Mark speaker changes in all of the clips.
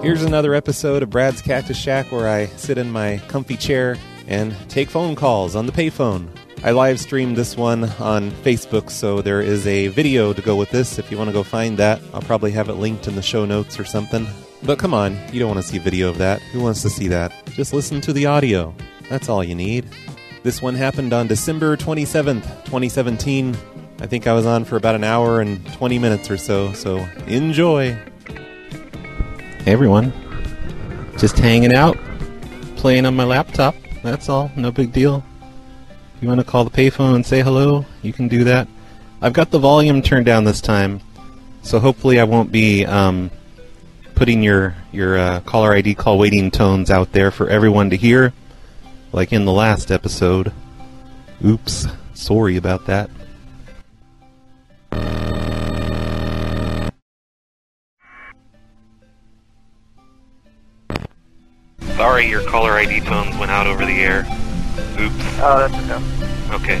Speaker 1: Here's another episode of Brad's Cactus Shack where I sit in my comfy chair and take phone calls on the payphone. I live streamed this one on Facebook, so there is a video to go with this. If you want to go find that, I'll probably have it linked in the show notes or something. But come on, you don't want to see video of that. Who wants to see that? Just listen to the audio. That's all you need. This one happened on December 27th, 2017. I think I was on for about an hour and 20 minutes or so, so enjoy. Hey everyone. Just hanging out, playing on my laptop. That's all. No big deal. If you want to call the payphone and say hello, you can do that. I've got the volume turned down this time, so hopefully I won't be um, putting your your uh, caller ID call waiting tones out there for everyone to hear, like in the last episode. Oops, sorry about that.
Speaker 2: Sorry, your caller ID tones went out over the air. Oops.
Speaker 3: Oh, that's okay.
Speaker 2: Okay.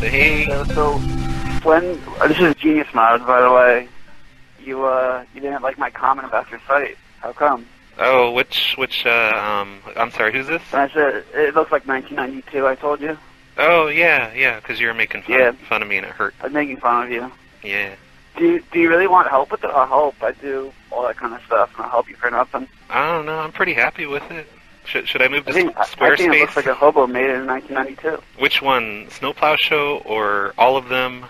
Speaker 2: So, hey,
Speaker 3: So, so when uh, this is Genius Mode, by the way, you uh, you didn't like my comment about your site. How come?
Speaker 2: oh, which, which, uh, um, I'm sorry, who's this?
Speaker 3: And I said it looks like 1992. I told you.
Speaker 2: Oh, yeah, yeah, 'cause you were making fun,
Speaker 3: Yeah.
Speaker 2: fun of me and it hurt.
Speaker 3: I'm making fun of you.
Speaker 2: Yeah.
Speaker 3: Do you, do you really want help with it? I'll help. I do all that kind of stuff, and I'll help you for nothing.
Speaker 2: I don't know, I'm pretty happy with it. Should, should I move
Speaker 3: I
Speaker 2: to
Speaker 3: think I,
Speaker 2: S-
Speaker 3: I think it
Speaker 2: Squarespace?
Speaker 3: looks like a hobo made it in 1992.
Speaker 2: which one? Snowplow Show or all of them?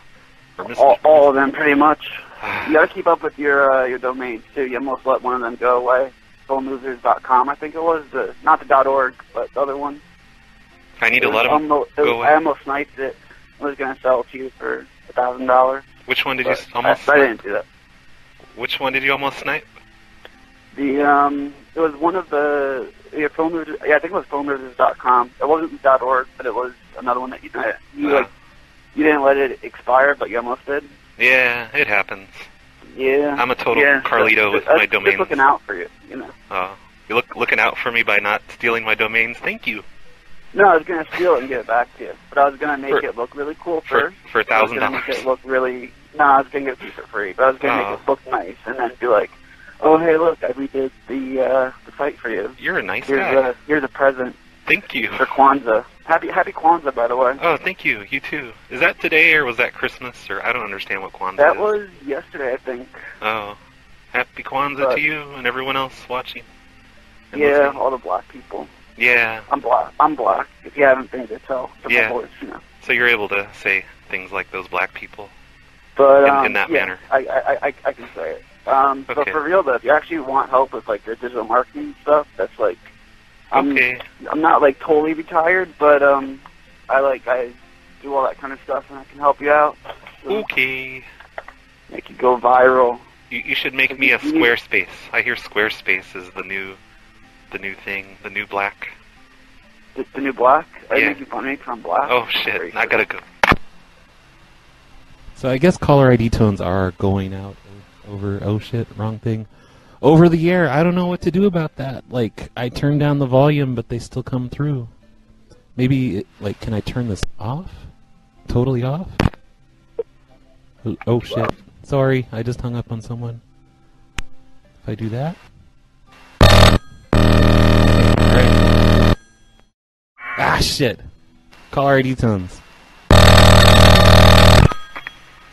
Speaker 2: Or Miss-
Speaker 3: All, all of them, pretty much. You gotta keep up with your uh, your domains too. You almost let one of them go away. Phonelosers.com, I think it was the not the dot org, but the other one.
Speaker 2: I need
Speaker 3: It
Speaker 2: to
Speaker 3: was
Speaker 2: let 'em-
Speaker 3: almo- it
Speaker 2: go
Speaker 3: was-
Speaker 2: in.
Speaker 3: I almost sniped it. I was gonna sell it to you for a thousand dollars.
Speaker 2: Which one did you
Speaker 3: but
Speaker 2: s- almost
Speaker 3: I, I
Speaker 2: snipe?
Speaker 3: didn't do that.
Speaker 2: Which one did you almost snipe?
Speaker 3: The um, it was one of the yeah, phone losers, yeah, I think it was phonereaders.com. It wasn't dot org, but it was another one that you you
Speaker 2: Uh,
Speaker 3: like you didn't let it expire, but you almost did.
Speaker 2: yeah, it happens.
Speaker 3: Yeah,
Speaker 2: I'm a total
Speaker 3: yeah,
Speaker 2: Carlito
Speaker 3: so-
Speaker 2: with
Speaker 3: I was
Speaker 2: my
Speaker 3: just
Speaker 2: domains.
Speaker 3: looking out for you, you know.
Speaker 2: Uh, you look looking out for me by not stealing my domains. Thank you
Speaker 3: No, I was gonna steal it and give it back to you, but I was gonna make
Speaker 2: For-
Speaker 3: it look really cool
Speaker 2: for
Speaker 3: first.
Speaker 2: for a thousand
Speaker 3: I was gonna make
Speaker 2: dollars.
Speaker 3: it look really. No, I was gonna get it to you for free, but I was gonna
Speaker 2: Oh.
Speaker 3: make it look nice and then be like, "Oh, hey, look, I redid the uh, the site for you.
Speaker 2: You're a nice
Speaker 3: Here's
Speaker 2: guy.
Speaker 3: a here's a present
Speaker 2: Thank you.
Speaker 3: for Kwanzaa. Happy Happy Kwanzaa, by the way.
Speaker 2: Oh, thank you. You too. Is that today or was that Christmas? Or I don't understand what Kwanzaa
Speaker 3: That
Speaker 2: is.
Speaker 3: was yesterday, I think.
Speaker 2: Oh, happy Kwanzaa
Speaker 3: But-
Speaker 2: to you and everyone else watching. and
Speaker 3: Yeah,
Speaker 2: listening.
Speaker 3: all the black people.
Speaker 2: Yeah.
Speaker 3: I'm black. I'm black. If you haven't been to tell, from
Speaker 2: Yeah.
Speaker 3: my voice, you know.
Speaker 2: So you're able to say things like those black people.
Speaker 3: But
Speaker 2: In-
Speaker 3: um,
Speaker 2: in that
Speaker 3: yeah,
Speaker 2: manner.
Speaker 3: I, I, I, I can say it. Um, But
Speaker 2: Okay.
Speaker 3: for real though, if you actually want help with like your digital marketing stuff, that's like, I'm
Speaker 2: Okay.
Speaker 3: I'm not like totally retired, but um, I like I do all that kind of stuff, and I can help you out. So
Speaker 2: Okay.
Speaker 3: Make you go viral.
Speaker 2: You, you should make
Speaker 3: If
Speaker 2: me
Speaker 3: you-
Speaker 2: a
Speaker 3: you need-
Speaker 2: Squarespace. I hear Squarespace is the new, the new thing, the new black.
Speaker 3: The, the new black. I
Speaker 2: Yeah.
Speaker 3: think you fun of me because I'm black.
Speaker 2: Oh shit! I gotta go.
Speaker 1: So I guess caller ID tones are going out over oh shit, wrong thing. Over the air. I don't know what to do about that. Like I turn down the volume but they still come through. Maybe it, like can I turn this off? Totally off? Oh, oh shit. Sorry, I just hung up on someone. If I do that. Alright. Ah shit. Caller ID tones.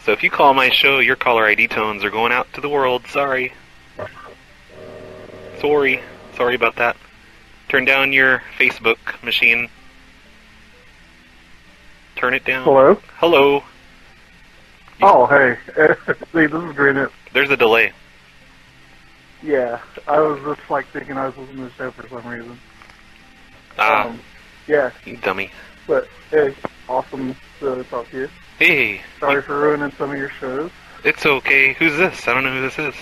Speaker 2: So if you call my show, your caller ID tones are going out to the world. Sorry. Sorry. Sorry about that. Turn down your Facebook machine. Turn it down.
Speaker 4: Hello.
Speaker 2: Hello.
Speaker 4: Oh, hey. See, this is Greenit.
Speaker 2: There's a delay.
Speaker 4: Yeah, I was just like thinking I was listening to the show for some reason.
Speaker 2: Ah,
Speaker 4: Um, yeah,
Speaker 2: you dummy.
Speaker 4: but hey, awesome to talk to you.
Speaker 2: Hey,
Speaker 4: Sorry for ruining some of your shows.
Speaker 2: it's okay. Who's this? I don't know who this is.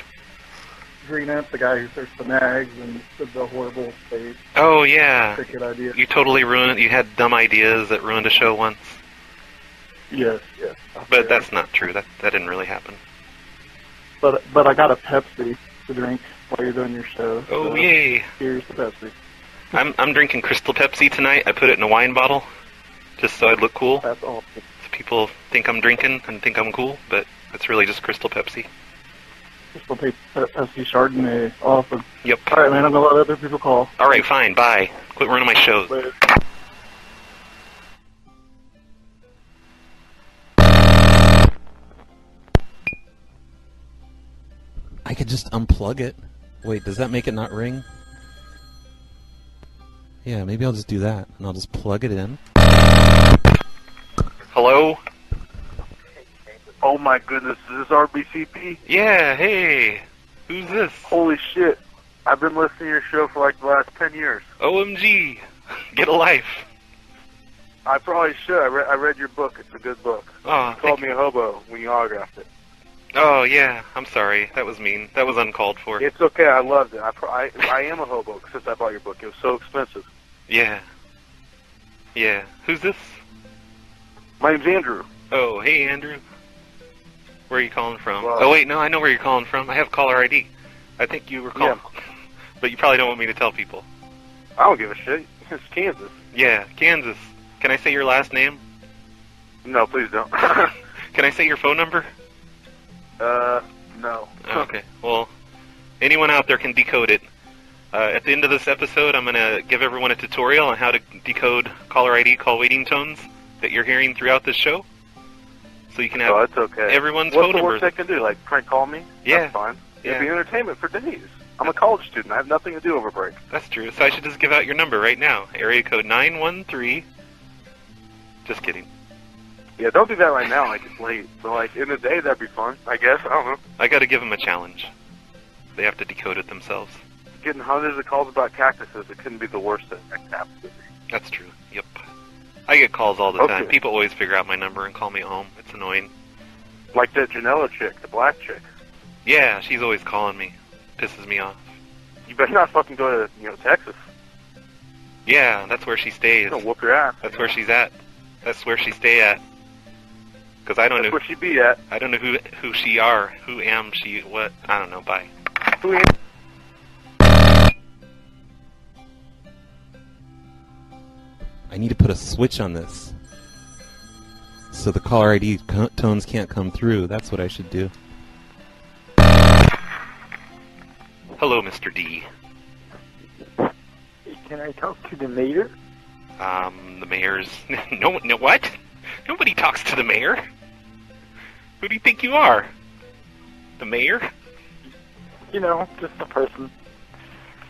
Speaker 4: Greenit, the guy who searched the nags and did the horrible state
Speaker 2: Oh yeah.
Speaker 4: ticket idea.
Speaker 2: You totally ruined. You had dumb ideas that ruined a show once,
Speaker 4: Yes, yes.
Speaker 2: but that's not true. That that didn't really happen.
Speaker 4: but but I got a Pepsi to drink while you're doing your show.
Speaker 2: Oh
Speaker 4: so
Speaker 2: yay!
Speaker 4: Here's the Pepsi.
Speaker 2: I'm I'm drinking Crystal Pepsi tonight. I put it in a wine bottle, just so I'd look cool.
Speaker 4: That's awesome.
Speaker 2: people think I'm drinking and think I'm cool, but it's really just Crystal Pepsi.
Speaker 4: Crystal Pe- Pe- Pepsi Chardonnay. Awesome.
Speaker 2: Yep.
Speaker 4: All right, man. I'm gonna let other people call.
Speaker 2: All right, fine. Bye. Quit running my shows.
Speaker 4: Later.
Speaker 1: I could just unplug it. Wait, does that make it not ring? Yeah, maybe I'll just do that, and I'll just plug it in.
Speaker 2: Hello?
Speaker 5: Oh my goodness, is this RBCP?
Speaker 2: Yeah, hey. Who's this?
Speaker 5: Holy shit. I've been listening to your show for like the last 10 years.
Speaker 2: OMG. Get a life.
Speaker 5: I probably should. I, re- I read your book. It's a good book.
Speaker 2: Oh,
Speaker 5: You
Speaker 2: thank
Speaker 5: called me a hobo when you autographed it.
Speaker 2: Oh yeah, I'm sorry. That was mean. That was uncalled for.
Speaker 5: It's okay. I loved it. I, pro- I, I am a hobo since I bought your book. It was so expensive.
Speaker 2: Yeah. Yeah. Who's this?
Speaker 5: My name's Andrew.
Speaker 2: Oh, hey Andrew. Where are you calling from?
Speaker 5: Well-
Speaker 2: oh wait, no, I know where you're calling from. I have caller ID. I think you were calling. But you probably don't want me to tell people.
Speaker 5: I don't give a shit. It's Kansas.
Speaker 2: Yeah, Kansas. Can I say your last name?
Speaker 5: No, please don't.
Speaker 2: Can I say your phone number?
Speaker 5: uh, no.
Speaker 2: Oh, okay. Well, anyone out there can decode it. Uh, at the end of this episode, I'm going to give everyone a tutorial on how to decode caller ID call waiting tones that you're hearing throughout this show. So you can have
Speaker 5: Oh, it's okay.
Speaker 2: everyone's
Speaker 5: What's
Speaker 2: phone
Speaker 5: the
Speaker 2: number.
Speaker 5: worst they can do? Like, prank call me?
Speaker 2: Yeah.
Speaker 5: That's fine.
Speaker 2: Yeah.
Speaker 5: It'd be entertainment for days. I'm a college student. I have nothing to do over break.
Speaker 2: That's true. So I should just give out your number right now. Area code 913. Just kidding.
Speaker 5: Yeah, don't do that right now. Like it's late, but like in the day, that'd be fun. I guess I don't know.
Speaker 2: I got to give them a challenge. They have to decode it themselves.
Speaker 5: Getting hundreds of calls about cactuses, it couldn't be the worst thing that could happen. to me.
Speaker 2: That's true. Yep. I get calls all the
Speaker 5: Okay.
Speaker 2: time. People always figure out my number and call me at home. It's annoying.
Speaker 5: Like that Janela chick, the black chick.
Speaker 2: Yeah, she's always calling me. Pisses me off.
Speaker 5: You better not fucking go to you know Texas.
Speaker 2: Yeah, that's where she stays.
Speaker 5: She's gonna whoop your ass.
Speaker 2: That's where she's at. That's where she stay at. Because I don't
Speaker 5: That's
Speaker 2: know.
Speaker 5: where she be at.
Speaker 2: I don't know who who she are. Who am she? What? I don't know. Bye.
Speaker 5: Who am-
Speaker 1: I need to put a switch on this. So the caller ID co- tones can't come through. That's what I should do.
Speaker 2: Hello, Mr. D.
Speaker 4: Can I talk to the mayor?
Speaker 2: Um, the mayor's no no what? Nobody talks to the mayor. Who do you think you are? The mayor?
Speaker 4: You know, just a person.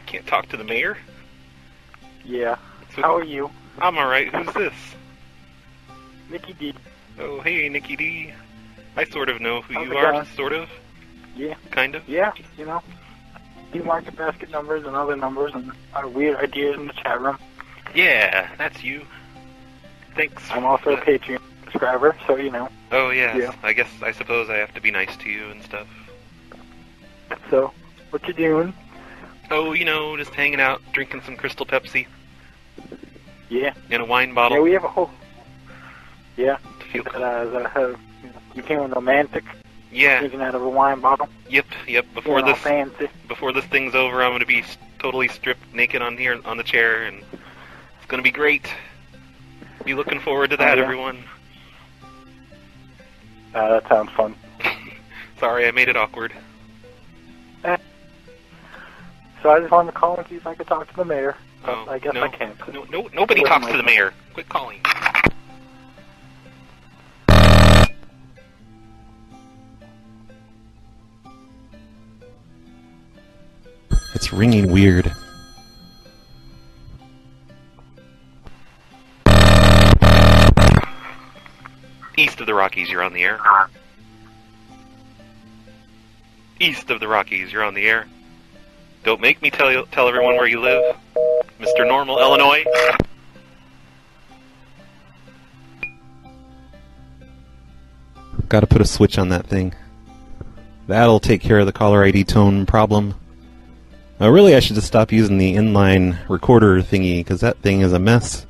Speaker 2: Can't talk to the mayor.
Speaker 4: Yeah.
Speaker 2: So-
Speaker 4: you,
Speaker 2: I'm all right. Who's this?
Speaker 4: Nikki D?
Speaker 2: Oh, hey, Nikki D. I sort of know who
Speaker 4: How's
Speaker 2: you
Speaker 4: it
Speaker 2: are.
Speaker 4: going?
Speaker 2: Sort of.
Speaker 4: Oh Yeah.
Speaker 2: Kind of.
Speaker 4: Yeah, you know, you market basket numbers and other numbers and our weird ideas in the chat room.
Speaker 2: Yeah, that's you. Thanks.
Speaker 4: I'm also a Patreon subscriber, so you know.
Speaker 2: Oh yes.
Speaker 4: Yeah.
Speaker 2: I guess I suppose I have to be nice to you and stuff.
Speaker 4: So, what you doing?
Speaker 2: Oh, you know, just hanging out, drinking some Crystal Pepsi
Speaker 4: Yeah,
Speaker 2: and a wine
Speaker 4: yeah,
Speaker 2: bottle
Speaker 4: we have a whole. Yeah,
Speaker 2: to feel
Speaker 4: that,
Speaker 2: cool.
Speaker 4: uh, that, uh, you know, became romantic,
Speaker 2: Yeah.
Speaker 4: drinking out of a wine bottle,
Speaker 2: Yep. Yep. Before
Speaker 4: going all
Speaker 2: this,
Speaker 4: fancy.
Speaker 2: before this thing's over, I'm gonna be s- totally stripped naked on here on the chair, and it's gonna be great. Be looking forward to
Speaker 4: Oh,
Speaker 2: that,
Speaker 4: yeah.
Speaker 2: everyone.
Speaker 4: Uh, that sounds fun.
Speaker 2: Sorry, I made it awkward.
Speaker 4: So I just wanted to call and see if I could talk to the mayor. but
Speaker 2: Oh,
Speaker 4: I guess
Speaker 2: no.
Speaker 4: I can't. 'cause
Speaker 2: No, no, nobody
Speaker 4: Wasn't
Speaker 2: talks
Speaker 4: my
Speaker 2: to the
Speaker 4: fault.
Speaker 2: mayor. Quit calling.
Speaker 1: It's ringing weird.
Speaker 2: East of the Rockies, you're on the air. East of the Rockies, you're on the air. Don't make me tell you, tell everyone where you live, Mr. Normal, Illinois.
Speaker 1: Got to put a switch on that thing. That'll take care of the caller ID tone problem. Uh, really, I should just stop using the inline recorder thingy because that thing is a mess.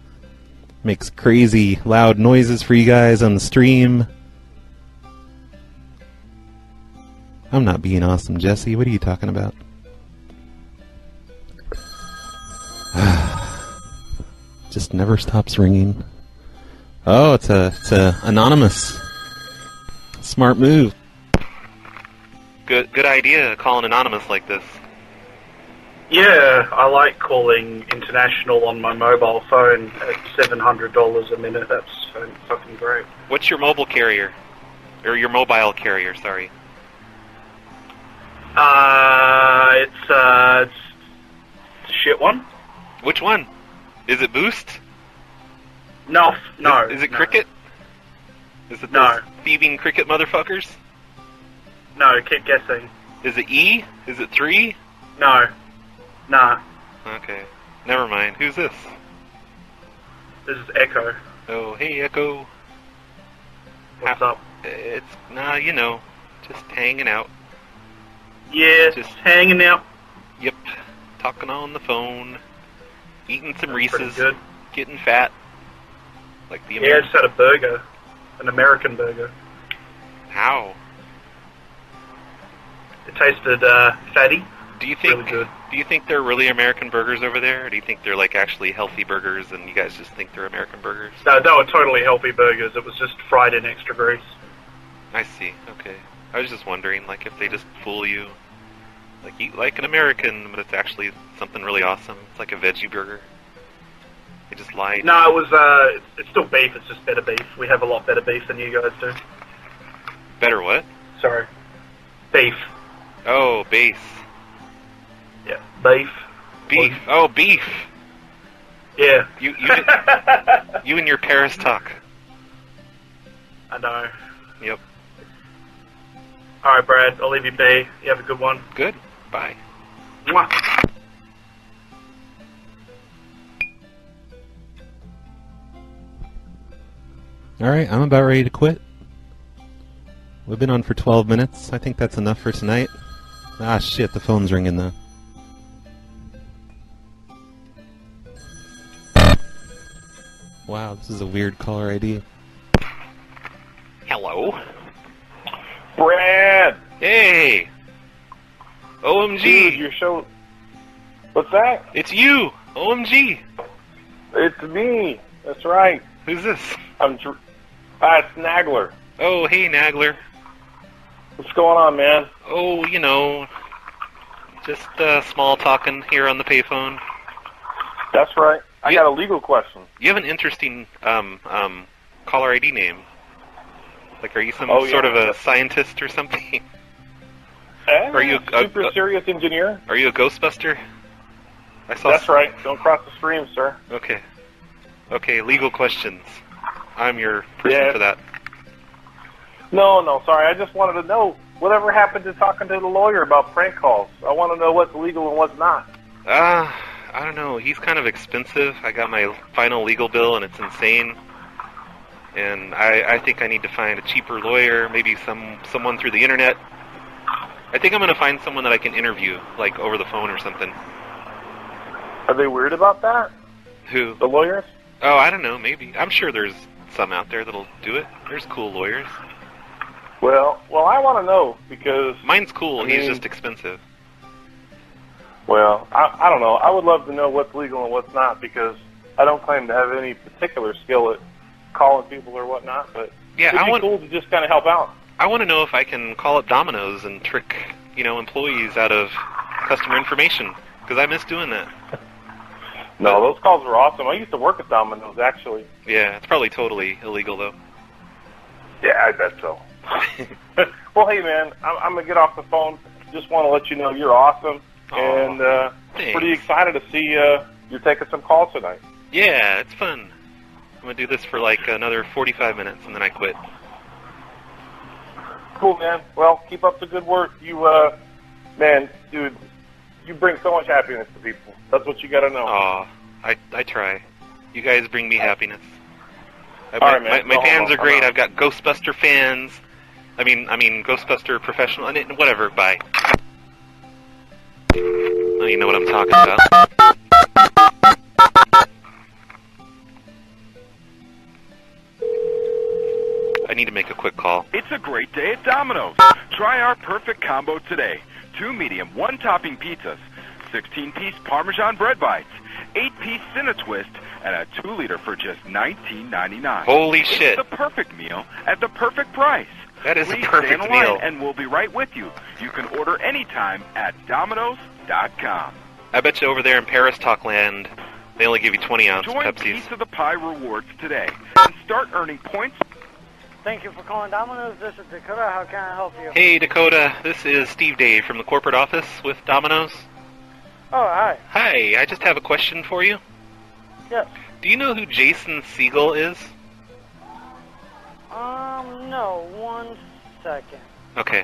Speaker 1: Makes crazy loud noises for you guys on the stream. I'm not being awesome, Jesse. What are you talking about? just never stops ringing. Oh, it's a it's a anonymous. Smart move.
Speaker 2: Good, good idea calling anonymous like this.
Speaker 6: Yeah, I like calling international on my mobile phone at seven hundred dollars a minute. That's so fucking great.
Speaker 2: What's your mobile carrier? Or your mobile carrier, sorry.
Speaker 6: Uh, it's uh, it's shit one.
Speaker 2: Which one? Is it Boost?
Speaker 6: No, no.
Speaker 2: Is, is it
Speaker 6: no.
Speaker 2: Cricket? Is it
Speaker 6: No.
Speaker 2: those thieving Cricket motherfuckers?
Speaker 6: No, keep guessing.
Speaker 2: Is it E? Is it 3?
Speaker 6: No, nah.
Speaker 2: Okay. Never mind. Who's this?
Speaker 6: This is Echo.
Speaker 2: Oh, hey, Echo. Eh,
Speaker 6: What's up?
Speaker 2: It's, nah, you know, just hanging out.
Speaker 6: Yeah,
Speaker 2: Just-
Speaker 6: just hanging out.
Speaker 2: Yep. Talking on the phone. Eating some
Speaker 6: Pretty
Speaker 2: Reese's.
Speaker 6: good.
Speaker 2: Getting fat. Like the
Speaker 6: Yeah, I
Speaker 2: American.
Speaker 6: just had a burger, an American burger.
Speaker 2: How?
Speaker 6: It tasted uh, fatty.
Speaker 2: Do you think
Speaker 6: Really good.
Speaker 2: do you think they're really American burgers over there? Or do you think they're like actually healthy burgers and you guys just think they're American burgers?
Speaker 6: No, they were totally healthy burgers. It was just fried in extra grease.
Speaker 2: I see. Okay. I was just wondering like if they just fool you. Like eat like an American, but it's actually something really awesome. It's like a veggie burger. They just lied.
Speaker 6: No, it was. Uh, it's- it's still beef. It's just better beef. We have a lot better beef than you guys do.
Speaker 2: Better what?
Speaker 6: Sorry, beef.
Speaker 2: Oh, base.
Speaker 6: Yeah, beef.
Speaker 2: Beef. Oh, beef.
Speaker 6: Yeah.
Speaker 2: You you did-
Speaker 6: I
Speaker 2: you and your Paris talk.
Speaker 6: know.
Speaker 2: Yep.
Speaker 6: All right, Brad. I'll leave you be. You have a good one.
Speaker 2: Good. Bye.
Speaker 6: Mwah.
Speaker 1: All right, I'm about ready to quit. We've been on for 12 minutes. I think that's enough for tonight. Ah, shit, the phone's ringing though. Wow, this is a weird caller ID.
Speaker 2: Hello.
Speaker 5: Brad,
Speaker 2: Hey.
Speaker 5: dude,
Speaker 2: OMG.
Speaker 5: your show. What's that?
Speaker 2: It's you. OMG.
Speaker 5: It's me. That's right.
Speaker 2: Who's this?
Speaker 5: I'm. Dr- Ah, it's Nagler.
Speaker 2: Oh, hey Nagler.
Speaker 5: What's going on, man?
Speaker 2: Oh, you know, just uh, small talking here on the payphone.
Speaker 5: That's right. I got a legal question.
Speaker 2: You have an interesting um um caller ID name. Like, are you some
Speaker 5: Oh, yeah.
Speaker 2: sort of a scientist or something? Are you-
Speaker 5: a super
Speaker 2: uh, uh,
Speaker 5: serious engineer?
Speaker 2: Are you a Ghostbuster? I saw.
Speaker 5: That's right. Don't cross the stream, sir.
Speaker 2: Okay. Okay. Legal questions. I'm your person
Speaker 5: Yeah.
Speaker 2: for that.
Speaker 5: No, no, sorry. I just wanted to know whatever happened to talking to the lawyer about prank calls. I want to know what's legal and what's not.
Speaker 2: Uh, I don't know. He's kind of expensive. I got my final legal bill, and it's insane. And I, I think I need to find a cheaper lawyer, maybe some someone through the internet. I think I'm gonna find someone that I can interview, like over the phone or something.
Speaker 5: Are they weird about that?
Speaker 2: Who?
Speaker 5: The lawyers?
Speaker 2: Oh, I don't know. Maybe I'm sure there's some out there that'll do it. There's cool lawyers.
Speaker 5: Well, well, I want to know because
Speaker 2: Mine's cool.
Speaker 5: I
Speaker 2: He's
Speaker 5: mean-
Speaker 2: just expensive.
Speaker 5: well, I, I don't know. I would love to know what's legal and what's not because I don't claim to have any particular skill at calling people or whatnot. But
Speaker 2: Yeah,
Speaker 5: it'd
Speaker 2: I
Speaker 5: be
Speaker 2: want
Speaker 5: cool to just kind of help out.
Speaker 2: I want to know if I can call up Domino's and trick you know employees out of customer information because I miss doing that.
Speaker 5: No, those calls were awesome. I used to work at Domino's actually.
Speaker 2: Yeah, it's probably totally illegal though.
Speaker 5: Yeah, I bet so. well, hey man, I'm, I'm gonna get off the phone. Just want to let you know you're awesome
Speaker 2: Aw,
Speaker 5: and uh,
Speaker 2: thanks.
Speaker 5: pretty excited to see uh, you're taking some calls tonight.
Speaker 2: Yeah, it's fun. I'm gonna do this for like another 45 minutes and then I quit.
Speaker 5: Cool, man. Well, keep up the good work. You, uh, man, dude, you bring so much happiness to people. That's what you got to know.
Speaker 2: Aw, I I try. You guys bring me happiness. I,
Speaker 5: All right,
Speaker 2: my,
Speaker 5: man.
Speaker 2: my, my
Speaker 5: No
Speaker 2: fans
Speaker 5: homo.
Speaker 2: are great.
Speaker 5: I'm out.
Speaker 2: I've got Ghostbuster fans. I mean, I mean Ghostbuster professional. and it- Whatever. Bye. I don't even know what I'm talking about. I need to make a quick call.
Speaker 7: It's a great day at Domino's. Try our perfect combo today. Two medium, one topping pizzas, 16 piece Parmesan bread bites, 8 piece Cine Twist, and a 2 liter for just $19.99.
Speaker 2: Holy shit!
Speaker 7: It's the perfect meal at the perfect price.
Speaker 2: That is a
Speaker 7: Please
Speaker 2: perfect
Speaker 7: stay in line
Speaker 2: meal.
Speaker 7: and we'll be right with you. You can order anytime at Domino's.com.
Speaker 2: I bet you over there in Paris Talk Land, they only give you 20 ounce
Speaker 7: Join
Speaker 2: Pepsis.
Speaker 7: Piece of the Pie rewards today and start earning points.
Speaker 8: Thank you for calling Domino's. This is Dakota. How can I help you?
Speaker 2: Hey Dakota, this is Steve Dave from the corporate office with Domino's.
Speaker 8: Oh, hi.
Speaker 2: Hi, I just have a question for you.
Speaker 8: Yes.
Speaker 2: Do you know who Jason Siegel is?
Speaker 8: Um, no, one second.
Speaker 2: Okay.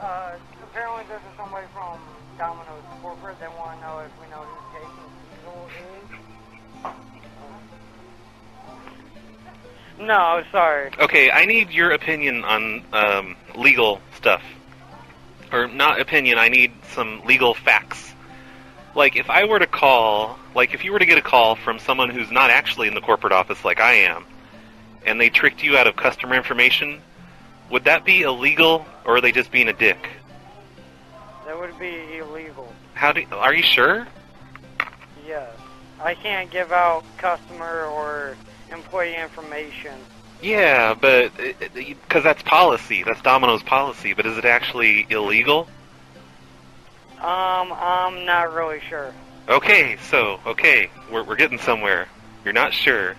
Speaker 8: Uh, apparently this is somebody from Domino's corporate. They want to know if we know who Jason Segel is. No, sorry.
Speaker 2: Okay, I need your opinion on um, legal stuff. Or not opinion, I need some legal facts. Like, if I were to call, like, if you were to get a call from someone who's not actually in the corporate office like I am, and they tricked you out of customer information, would that be illegal, or are they just being a dick?
Speaker 8: That would be illegal.
Speaker 2: How do, are you sure?
Speaker 8: Yes. I can't give out customer or employee information.
Speaker 2: Yeah, but, because that's policy, that's Domino's policy, but is it actually illegal?
Speaker 8: Um, I'm not really sure.
Speaker 2: Okay, so, okay, we're, we're getting somewhere. You're not sure.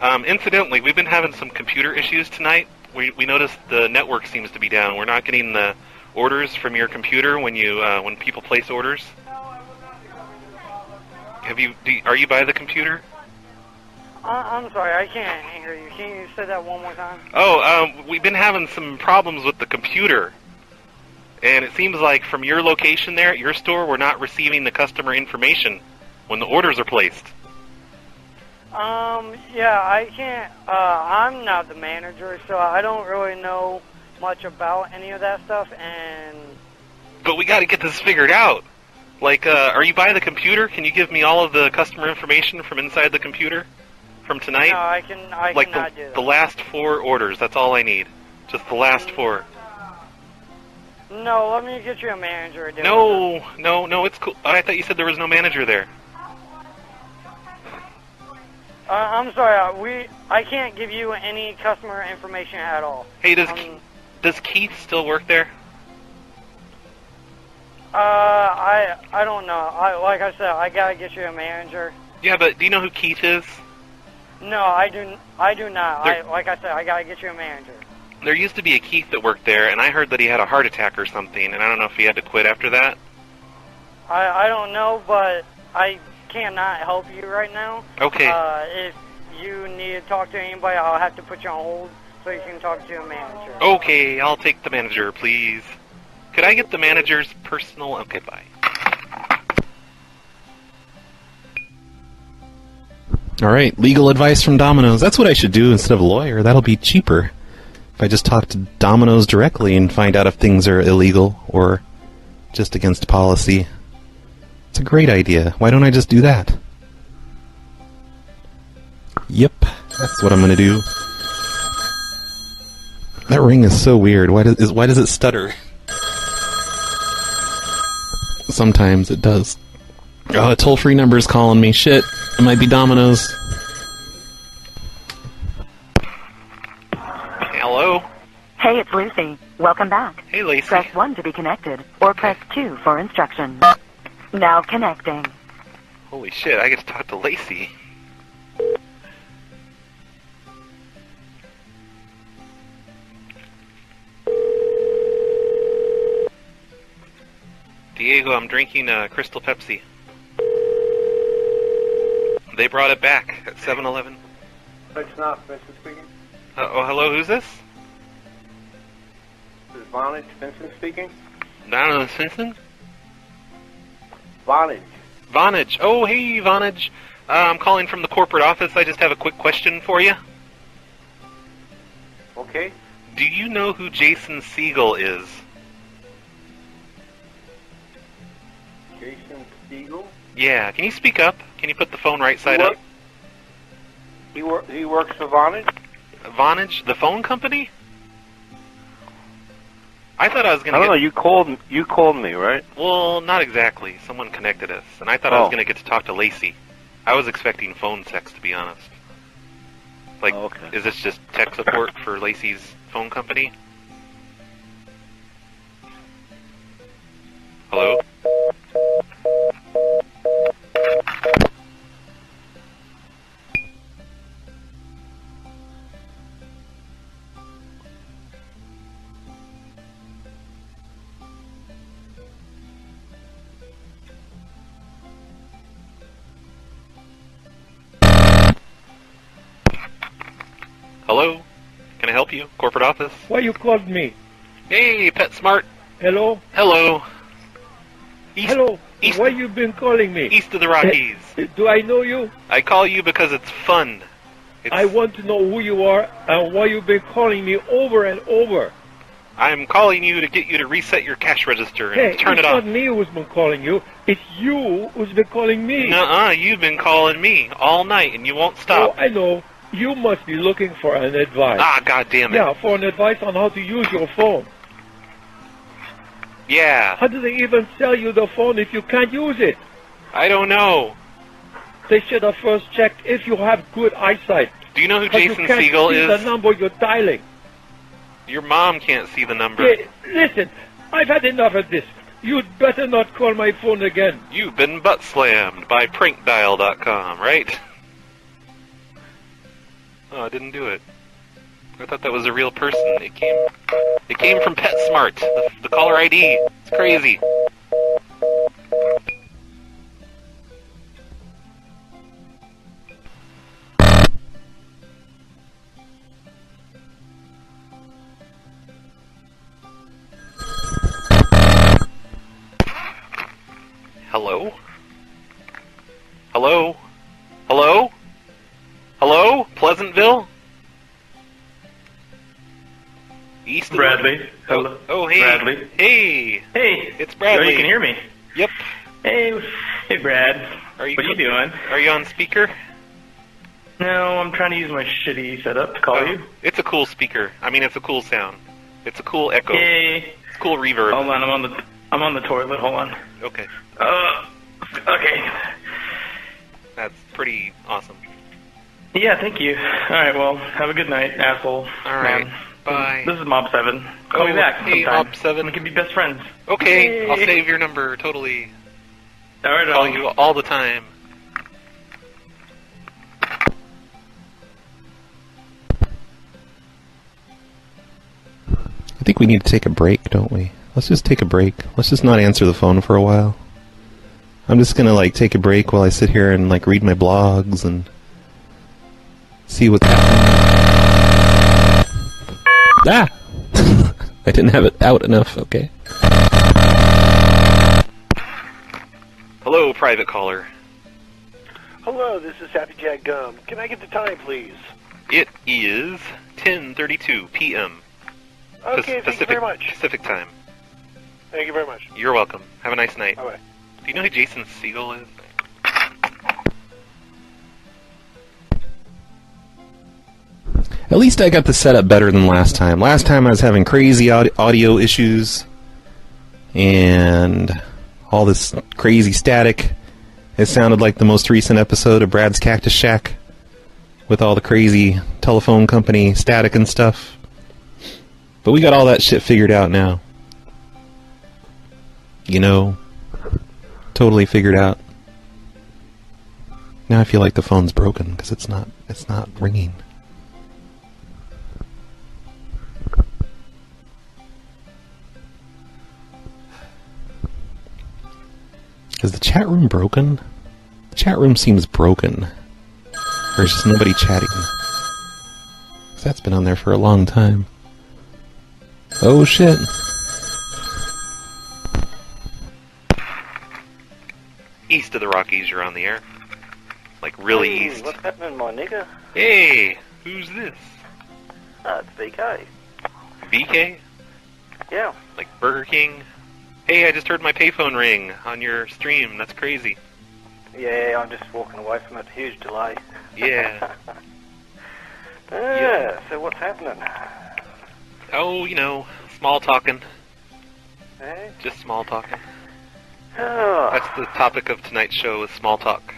Speaker 2: Um, incidentally, we've been having some computer issues tonight. We, we noticed the network seems to be down. We're not getting the orders from your computer when you uh, when people place orders. Have you? Do, are you by the computer?
Speaker 8: I- I'm sorry, I can't hear you. Can you say that one more time?
Speaker 2: Oh, um, we've been having some problems with the computer, and it seems like from your location there at your store, we're not receiving the customer information when the orders are placed.
Speaker 8: Um, yeah, I can't. Uh, I'm not the manager, so I don't really know much about any of that stuff. And
Speaker 2: But we got to get this figured out. Like, uh, are you by the computer? Can you give me all of the customer information from inside the computer from tonight?
Speaker 8: no, I can. I
Speaker 2: like
Speaker 8: cannot
Speaker 2: the,
Speaker 8: do
Speaker 2: the last four orders. That's all I need. Just the last
Speaker 8: Mm,
Speaker 2: four.
Speaker 8: that. No, let me get you a manager. to do it.
Speaker 2: No, no, no. It's cool. I thought you said there was no manager there.
Speaker 8: Uh, I'm sorry. Uh, we. I can't give you any customer information at all.
Speaker 2: Hey, does
Speaker 8: Um,
Speaker 2: Ke- does Keith still work there?
Speaker 8: Uh, I. I don't know. I like I said, I gotta get you a manager.
Speaker 2: Yeah, but do you know who Keith is?
Speaker 8: No, I do. n- I do not. I
Speaker 2: There-
Speaker 8: like I said, I gotta get you a manager.
Speaker 2: There used to be a Keith that worked there, and I heard that he had a heart attack or something, and I don't know if he had to quit after that.
Speaker 8: I, I don't know, but I cannot help you right now.
Speaker 2: Okay.
Speaker 8: Uh, if you need to talk to anybody, I'll have to put you on hold so you can talk to a manager.
Speaker 2: Oh. Okay, I'll take the manager, please. Could I get the manager's personal? Okay, bye.
Speaker 1: All right, legal advice from Domino's. That's what I should do instead of a lawyer. That'll be cheaper if I just talk to Domino's directly and find out if things are illegal or just against policy. It's a great idea. Why don't I just do that? Yep, that's what I'm going to do. That ring is so weird. Why does is, why does it stutter? Sometimes it does. Oh, a toll free number is calling me. Shit, it might be Domino's.
Speaker 2: Hello.
Speaker 9: Hey, it's Lucy. Welcome back.
Speaker 2: Hey, Lacey.
Speaker 9: Press 1 to be connected, or press 2 for instructions. Now connecting.
Speaker 2: Holy shit! I get to talk to Lacey. Diego, I'm drinking uh, Crystal Pepsi. They brought it back at 7-Eleven.
Speaker 5: It's not, Vincent speaking.
Speaker 2: Uh, oh, hello. Who's this?
Speaker 5: This is Vonage, Vincent speaking.
Speaker 2: Donald Simpson.
Speaker 5: Vonage.
Speaker 2: Vonage. Oh, hey, Vonage. Uh, I'm calling from the corporate office. I just have a quick question for you.
Speaker 5: Okay.
Speaker 2: Do you know who Jason Siegel is?
Speaker 5: Jason Siegel.
Speaker 2: Yeah, can you speak up? Can you put the phone right side
Speaker 5: What?
Speaker 2: up?
Speaker 5: He, wor- he works for Vonage.
Speaker 2: Vonage, the phone company? I thought I was
Speaker 5: I
Speaker 2: going to
Speaker 5: don't
Speaker 2: get...
Speaker 5: know. You called. You called me, right?
Speaker 2: Well, not exactly. Someone connected us, and I thought I
Speaker 5: Oh.
Speaker 2: was going to get to talk to Lacey. I was expecting phone sex, to be honest. Like,
Speaker 5: Oh,
Speaker 2: is this just tech support for Lacey's phone company? Hello? Hello? Can I help you? Corporate office?
Speaker 10: Why you called me?
Speaker 2: Hey, PetSmart.
Speaker 10: Hello?
Speaker 2: Hello.
Speaker 10: Hello. Why you been calling me? Eh,
Speaker 2: East of the Rockies.
Speaker 10: Do I know you?
Speaker 2: I call you because it's fun.
Speaker 10: I want to know who you are and why you been calling me over and over.
Speaker 2: I'm calling you to get you to reset your cash register and
Speaker 10: Hey,
Speaker 2: turn
Speaker 10: it's
Speaker 2: it off.
Speaker 10: not me who's been calling you. It's you who's been calling me.
Speaker 2: Nuh-uh, you've been calling me all night and you won't
Speaker 10: Oh,
Speaker 2: stop.
Speaker 10: I know. You must be looking for an advice.
Speaker 2: ah, god damn it.
Speaker 10: yeah, for an advice on how to use your phone.
Speaker 2: Yeah.
Speaker 10: How do they even sell you the phone if you can't use it?
Speaker 2: I don't know.
Speaker 10: They should have first checked if you have good eyesight.
Speaker 2: Do you know who
Speaker 10: 'Cause you
Speaker 2: Jason
Speaker 10: can't
Speaker 2: Siegel
Speaker 10: see
Speaker 2: is?
Speaker 10: the number you're dialing.
Speaker 2: Your mom can't see the number.
Speaker 10: Yeah, listen, I've had enough of this. You'd better not call my phone again.
Speaker 2: You've been butt slammed by prankdial.com, right? Oh, I didn't do it. I thought that was a real person. It came it came from PetSmart, the, the caller ID. It's crazy. Hello? Hello? Hello? Hello? Pleasantville? East of-
Speaker 11: Bradley.
Speaker 2: Oh, oh, hey.
Speaker 11: Bradley.
Speaker 2: Hey.
Speaker 11: Hey.
Speaker 2: It's Bradley.
Speaker 11: Oh, you can hear me.
Speaker 2: Yep.
Speaker 11: Hey, hey, Brad.
Speaker 2: Are you
Speaker 11: what you doing?
Speaker 2: Are you on speaker?
Speaker 11: No, I'm trying to use my shitty setup to call
Speaker 2: Oh,
Speaker 11: you.
Speaker 2: It's a cool speaker. I mean, it's a cool sound. It's a cool echo.
Speaker 11: Yay.
Speaker 2: It's cool reverb.
Speaker 11: Hold on, I'm on the I'm on the toilet. Hold on.
Speaker 2: Okay.
Speaker 11: Uh, okay.
Speaker 2: That's pretty awesome.
Speaker 11: Yeah, thank you. All right, well, have a good night, asshole. All
Speaker 2: right, bye.
Speaker 11: This is Mob Seven. Call
Speaker 2: Oh,
Speaker 11: me back
Speaker 2: hey,
Speaker 11: sometime.
Speaker 2: Mob Seven.
Speaker 11: We can be best friends.
Speaker 2: Okay, I'll
Speaker 11: Yay.
Speaker 2: save your number totally.
Speaker 11: All right, um,
Speaker 2: Call
Speaker 11: I'll-
Speaker 2: you all the time.
Speaker 1: I think we need to take a break, don't we? Let's just take a break. Let's just not answer the phone for a while. I'm just gonna like take a break while I sit here and like read my blogs and see what's happening. Ah! I didn't have it out enough. Okay.
Speaker 2: Hello, private caller.
Speaker 12: Hello, this is Happy Jack
Speaker 4: Um,
Speaker 12: Gum. Can I get the time, please?
Speaker 2: It is 10:32 p.m. Pas-
Speaker 12: Okay, thank you
Speaker 2: Pacific
Speaker 12: very much.
Speaker 2: Pacific time.
Speaker 12: Thank you very much.
Speaker 2: You're welcome. Have a nice night.
Speaker 12: Bye-bye.
Speaker 2: Do you know who Jason Siegel is?
Speaker 1: At least I got the setup better than last time. Last time I was having crazy aud- audio issues and all this crazy static. It sounded like the most recent episode of Brad's Cactus Shack with all the crazy telephone company static and stuff. But we got all that shit figured out now. You know, totally figured out. Now I feel like the phone's broken because it's not it's not ringing. Is the chat room broken? The chat room seems broken. There's just nobody chatting. 'Cause that's been on there for a long time. Oh shit.
Speaker 2: East of the Rockies, you're on the air. Like really
Speaker 12: Hey,
Speaker 2: east.
Speaker 12: What's happening, my nigga?
Speaker 2: Hey, who's this?
Speaker 13: Ah,
Speaker 12: Uh, it's BK.
Speaker 2: BK?
Speaker 12: Yeah.
Speaker 2: Like Burger King? Hey, I just heard my payphone ring on your stream. That's crazy.
Speaker 12: Yeah, I'm just walking away from it. Huge delay.
Speaker 2: Yeah.
Speaker 13: Ah,
Speaker 12: Yeah, so what's happening?
Speaker 2: oh, you know, small talking.
Speaker 12: Eh?
Speaker 2: Just small talking.
Speaker 12: Oh,
Speaker 2: That's the topic of tonight's show is small talk.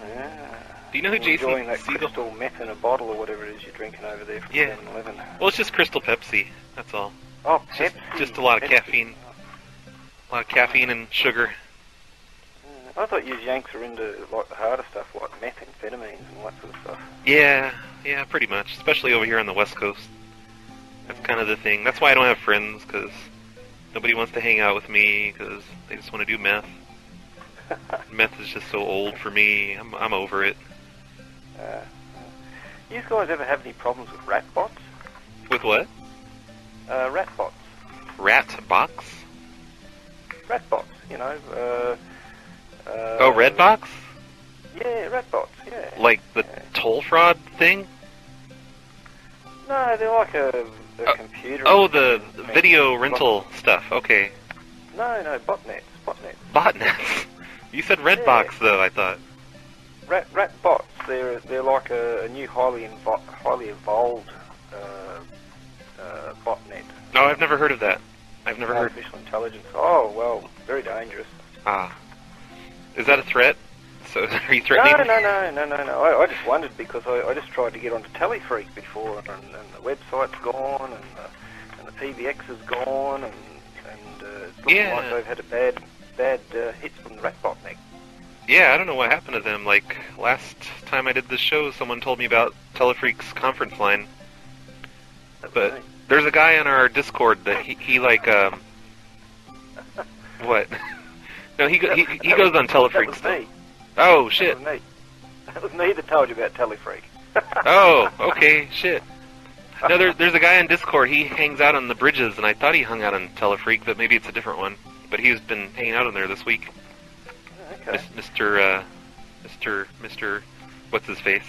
Speaker 12: yeah.
Speaker 2: Do Do you know who Jason
Speaker 13: Ah. Enjoying that crystal meth in a bottle or whatever it is you're drinking over there from
Speaker 2: Yeah.
Speaker 13: 7-Eleven.
Speaker 2: Well, it's just Crystal Pepsi. That's all.
Speaker 13: Oh,
Speaker 2: It's just, just a lot of caffeine. A lot of caffeine and sugar.
Speaker 13: I thought you Yanks were into like the harder stuff, like methamphetamines and all that sort of stuff.
Speaker 2: Yeah, yeah, pretty much. Especially over here on the West Coast. That's kind of the thing. That's why I don't have friends, because nobody wants to hang out with me, because they just want to do meth. meth is just so old for me. I'm, I'm over it.
Speaker 13: Uh, you guys ever have any problems with rat bots?
Speaker 2: With what?
Speaker 13: Uh, rat bots.
Speaker 2: Rat box?
Speaker 13: Rat bots, you know. Uh, uh,
Speaker 2: oh, red box?
Speaker 13: Yeah, rat bots, yeah.
Speaker 2: Like the toll fraud thing?
Speaker 13: No, they're like a, a computer.
Speaker 2: Oh, the video rental stuff. Okay.
Speaker 13: No, no, botnets, botnets.
Speaker 2: Botnets. You said red
Speaker 13: Yeah.
Speaker 2: box, though, I thought.
Speaker 13: Rat, rat bots, they're, they're like a, a new highly, invo- highly evolved uh, uh, botnet.
Speaker 2: No, I've never heard of that. I've never heard.
Speaker 13: Artificial intelligence. Oh, well, very dangerous.
Speaker 2: Ah. Is that a threat? So, are you threatening?
Speaker 13: No, no, no, no, no, no. I, I just wondered because I, I just tried to get onto Telefreak before, and, and the website's gone, and the, and the PBX is gone, and, and uh, it's looking
Speaker 2: Yeah.
Speaker 13: like they've had a bad bad uh, hit from the Ratbot neck.
Speaker 2: Yeah, I don't know what happened to them. Like, last time I did this show, someone told me about Telefreak's conference line. But there's a guy on our Discord that he, he like, um. What? no, he, go, he, he
Speaker 13: That
Speaker 2: goes on
Speaker 13: was-
Speaker 2: Telefreak
Speaker 13: That
Speaker 2: stuff.
Speaker 13: was me.
Speaker 2: Oh, shit.
Speaker 13: That was me. That was me that told you about Telefreak.
Speaker 2: Oh, okay, shit. No, there, there's a guy on Discord. He hangs out on the bridges, and I thought he hung out on Telefreak, but maybe it's a different one. But he's been hanging out on there this week.
Speaker 13: Okay.
Speaker 2: Mis- Mr. Uh, Mr. Mr. What's his face?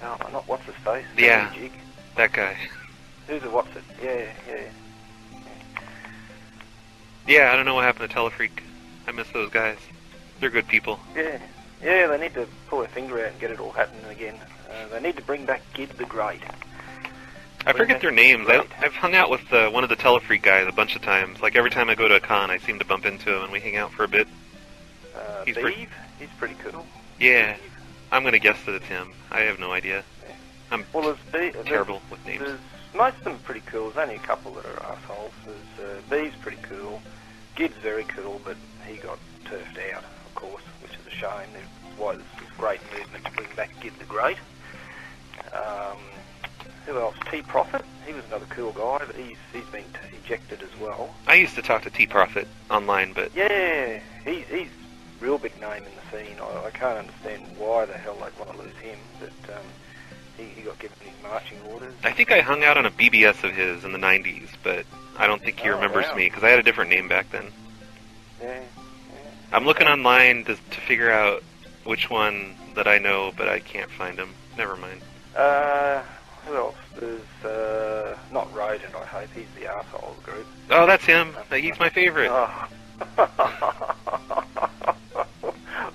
Speaker 13: No, Oh, not what's his face.
Speaker 2: Yeah.
Speaker 13: Jig.
Speaker 2: That guy.
Speaker 13: Who's a what's it? Yeah, yeah.
Speaker 2: Yeah, I don't know what happened to Telefreak. I miss those guys. They're good people.
Speaker 13: Yeah, yeah. They need to pull their finger out and get it all happening again. Uh, they need to bring back Gid the Great.
Speaker 2: I forget their names. I, I've hung out with uh, one of the Telefreak guys a bunch of times. Like every time I go to a con, I seem to bump into him, and we hang out for a bit.
Speaker 13: Uh,
Speaker 2: He's
Speaker 13: Beeve,
Speaker 2: pretty-
Speaker 13: he's pretty cool.
Speaker 2: Yeah, I'm gonna guess that it's him. I have no idea. I'm
Speaker 13: Well, there's Be-
Speaker 2: terrible with names.
Speaker 13: There's, most of them are pretty cool. There's only a couple that are assholes. There's uh, Bee's pretty cool. Gid's very cool, but he got turfed out, of course, which is a shame. That's why this is a great movement to bring back Gid the Great. Um, who else? T Prophet. He was another cool guy, but he's he's been t- ejected as well.
Speaker 2: I used to talk to T Profit online, but
Speaker 13: Yeah, he's he's a real big name in the scene. I, I can't understand why the hell they'd want to lose him, but um, he, he got given his marching orders.
Speaker 2: I think I hung out on a BBS of his in the '90s. But I don't think he
Speaker 13: Oh,
Speaker 2: remembers
Speaker 13: wow.
Speaker 2: me because I had a different name back then.
Speaker 13: Yeah.
Speaker 2: I'm looking online to, to figure out which one that I know, but I can't find him. Never mind.
Speaker 13: Uh, who else? There's uh, not Roden. I hope he's the asshole of the group.
Speaker 2: Oh, that's him. He's my favorite.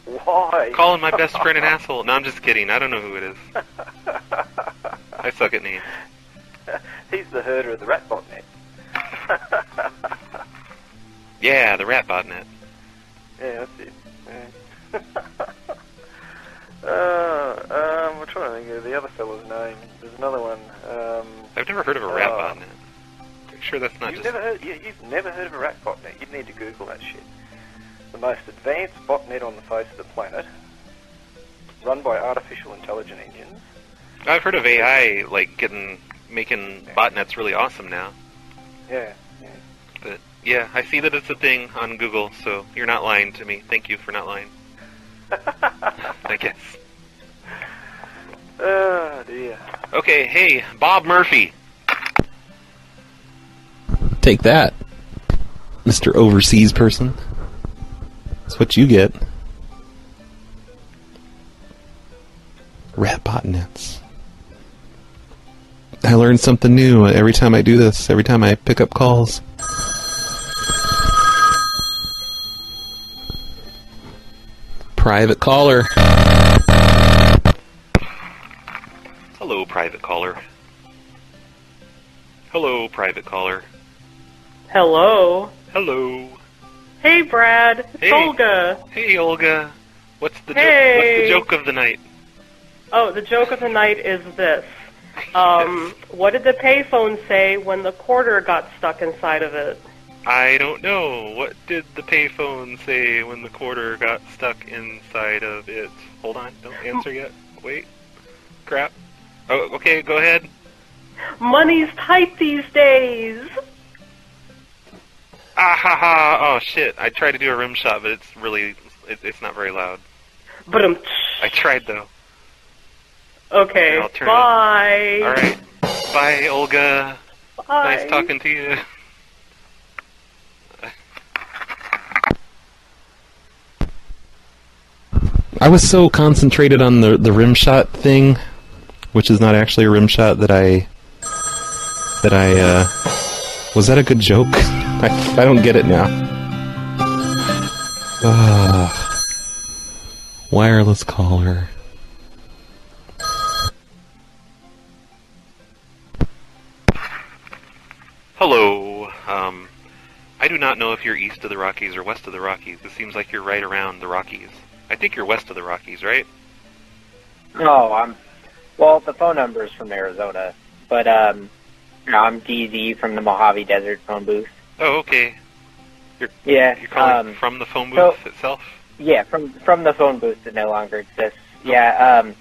Speaker 13: Why?
Speaker 2: Calling my best friend an asshole. No, I'm just kidding. I don't know who it is. I suck at names.
Speaker 13: He's the herder of the rat botnet.
Speaker 2: Yeah, the rat botnet.
Speaker 13: Yeah, that's it. Yeah. uh, um, I'm trying to think of the other fella's name. There's another one. Um,
Speaker 2: I've never heard of a rat
Speaker 13: uh,
Speaker 2: botnet. I'm sure that's not
Speaker 13: You've
Speaker 2: just.
Speaker 13: never heard, you, you've never heard of a rat botnet. You need to Google that shit. The most advanced botnet on the face of the planet, run by artificial intelligence engines.
Speaker 2: I've heard of AI like getting making botnets really awesome now.
Speaker 13: Yeah.
Speaker 2: But yeah, I see that it's a thing on Google, so you're not lying to me. Thank you for not lying. I guess.
Speaker 4: Ah,
Speaker 13: Oh dear.
Speaker 2: Okay, hey, Bob Murphy.
Speaker 1: Take that, Mr. Overseas Person. That's what you get. Rat botnets. I learn something new every time I do this, every time I pick up calls. Private caller.
Speaker 2: Hello, private caller. Hello, private caller.
Speaker 14: Hello.
Speaker 2: Hello.
Speaker 14: Hey, Brad. It's
Speaker 2: Hey.
Speaker 14: Olga.
Speaker 2: Hey, Olga. What's the,
Speaker 14: Hey.
Speaker 2: jo- what's the joke of the night?
Speaker 14: Oh, the joke of the night is this. Um, what did the payphone say when the quarter got stuck inside of it?
Speaker 2: I don't know. What did the payphone say when the quarter got stuck inside of it? Hold on, don't answer yet. Wait. Crap. Oh, okay, go ahead.
Speaker 14: Money's tight these days.
Speaker 2: Ah ha ha! Oh shit! I tried to do a rim shot, but it's really it, it's not very loud.
Speaker 14: But um.
Speaker 2: I tried though.
Speaker 14: Okay.
Speaker 2: I'll turn it-
Speaker 14: Bye.
Speaker 2: All right. Bye, Olga.
Speaker 14: Bye.
Speaker 2: Nice talking to you.
Speaker 1: I was so concentrated on the the rim shot thing, which is not actually a rim shot, that I that I uh, was that a good joke? I, I don't get it now. Ah. wireless caller.
Speaker 2: Hello. Um, I do not know if you're east of the Rockies or west of the Rockies. It seems like you're right around the Rockies. I think you're west of the Rockies, right?
Speaker 15: No, Oh, I'm. Well, the phone number is from Arizona, but um, no, I'm DZ from the Mojave Desert phone booth.
Speaker 2: Oh, okay. You're,
Speaker 15: Yeah,
Speaker 2: You're calling
Speaker 15: um,
Speaker 2: from the phone
Speaker 15: so-
Speaker 2: booth itself.
Speaker 15: Yeah, from from the phone booth that no longer exists. Yeah. Um,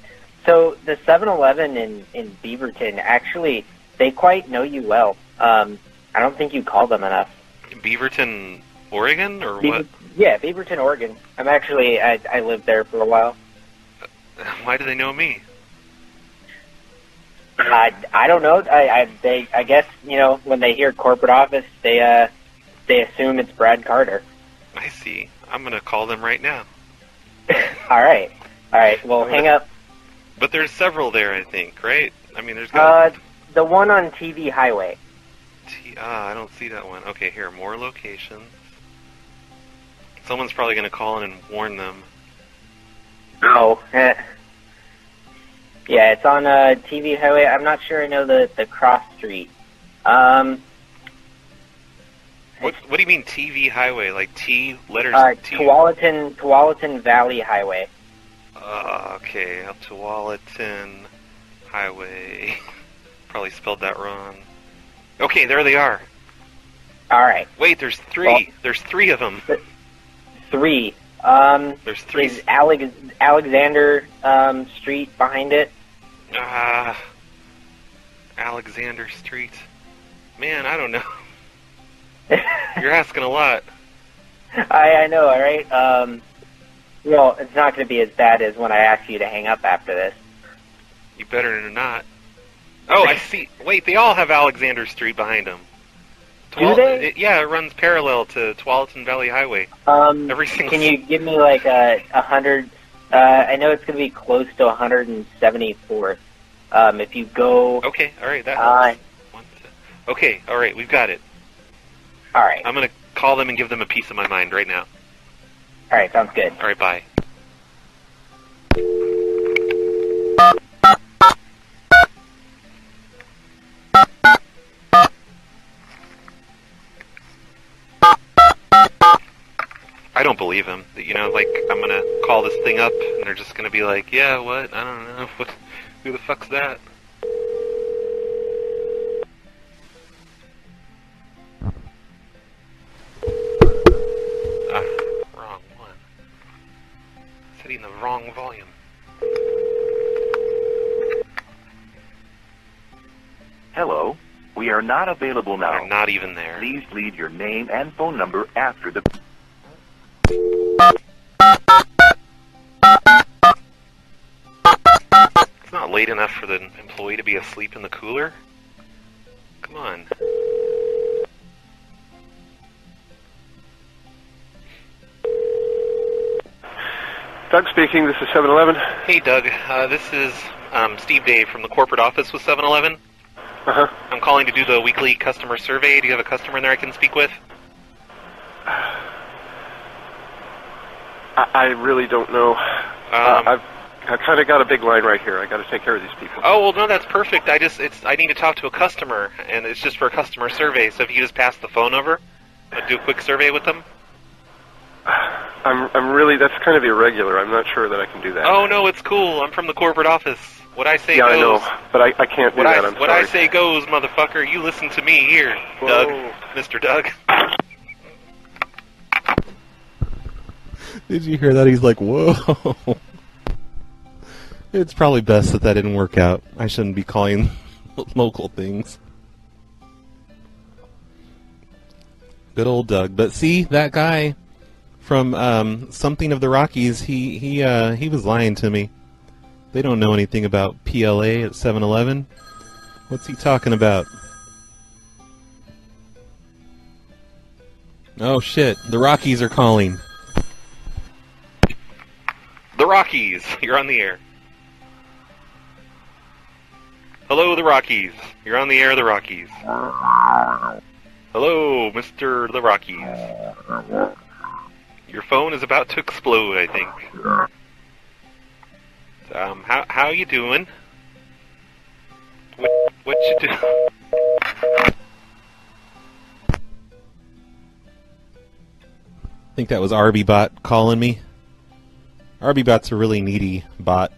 Speaker 15: so the 7-Eleven in in Beaverton actually they quite know you well. Um, I don't think you call them enough.
Speaker 2: Beaverton, Oregon, or what?
Speaker 15: uh, Beaver- yeah, Beaverton, Oregon. I'm actually I, I lived there for a while.
Speaker 2: Why do they know me?
Speaker 15: I I don't know. I I they I guess you know when they hear corporate office they uh they assume it's Brad Carter.
Speaker 2: I see. I'm gonna call them right now.
Speaker 15: All right, all right. Well, hang up.
Speaker 2: But there's several there, I think, right? I mean, there's got.
Speaker 15: Uh, the one on TV Highway.
Speaker 2: T- ah, I don't see that one. Okay, here, more locations. Someone's probably going to call in and warn them.
Speaker 15: Oh. eh. Yeah, it's on uh, TV Highway. I'm not sure I know the the cross street. Um,
Speaker 2: What, what do you mean TV highway? Like T letters
Speaker 15: uh,
Speaker 2: T?
Speaker 15: Tualatin Tualatin Valley Highway.
Speaker 2: Ah, okay, up to Wallaton Highway. probably spelled that wrong. Okay, there they are.
Speaker 15: All right,
Speaker 2: Wait, there's three.
Speaker 15: Well-
Speaker 2: there's three of them.
Speaker 15: three. Um,
Speaker 2: There's three.
Speaker 15: Is Alex, Alexander um, Street behind it?
Speaker 2: Ah, Alexander Street. Man, I don't know. You're asking a lot.
Speaker 15: I I know. All right. Um, well, it's not going to be as bad as when I ask you to hang up after this.
Speaker 2: You better not. Oh, I see. Wait, they all have Alexander Street behind them.
Speaker 15: Do they?
Speaker 2: It, yeah, it runs parallel to Tualatin Valley Highway.
Speaker 15: Um,
Speaker 2: Every single.
Speaker 15: Can you give me like a, a hundred? Uh, I know it's going to be close to 174th. Um, if you go,
Speaker 2: Okay, all right. That
Speaker 15: uh,
Speaker 2: Okay, all right. We've got it.
Speaker 15: All right.
Speaker 2: I'm gonna call them and give them a piece of my mind right now.
Speaker 15: all right, sounds good.
Speaker 2: All right, bye. I don't believe him. You know, like I'm gonna call this thing up, and they're just gonna be like, "Yeah, what? I don't know. What? Who the fuck's that?" Ah, wrong one. Setting the wrong volume.
Speaker 16: Hello. We are not available now.
Speaker 2: They're not even there.
Speaker 16: Please leave your name and phone number after the.
Speaker 2: It's not late enough for the employee to be asleep in the cooler. Come on.
Speaker 17: Doug speaking. This is 7-Eleven.
Speaker 2: Hey, Doug. Uh, this is um, Steve Dave from the corporate office with 7-Eleven.
Speaker 17: Uh huh.
Speaker 2: I'm calling to do the weekly customer survey. Do you have a customer in there I can speak with?
Speaker 17: I, I really don't know.
Speaker 2: Um,
Speaker 17: uh, I've I kind of got a big line right here. I got to take care of these people.
Speaker 2: Oh well, no, that's perfect. I just it's I need to talk to a customer, and it's just for a customer survey. So if you just pass the phone over, I'll do a quick survey with them.
Speaker 17: I'm, I'm really, that's kind of irregular. I'm not sure that I can do that.
Speaker 2: Oh no, it's cool. I'm from the corporate office. What I say
Speaker 17: yeah,
Speaker 2: goes.
Speaker 17: I know, but I, I can't do
Speaker 2: What,
Speaker 17: that.
Speaker 2: I,
Speaker 17: I'm
Speaker 2: what
Speaker 17: sorry.
Speaker 2: I say goes, motherfucker. You listen to me here, Doug, Mr. Doug.
Speaker 1: Did you hear that? He's like, whoa. It's probably best that that didn't work out. I shouldn't be calling local things. Good old Doug. But see, that guy from um, something of the Rockies, he he uh, he was lying to me. They don't know anything about PLA at 7-Eleven. What's he talking about? Oh shit, the Rockies are calling.
Speaker 2: The Rockies. You're on the air. Hello, the Rockies. You're on the air, the Rockies. Hello, Mr. the Rockies. Your phone is about to explode, I think. Um, how how you doing? What what you do?
Speaker 1: I think that was Arby Bot calling me. Arby Bot's a really needy bot.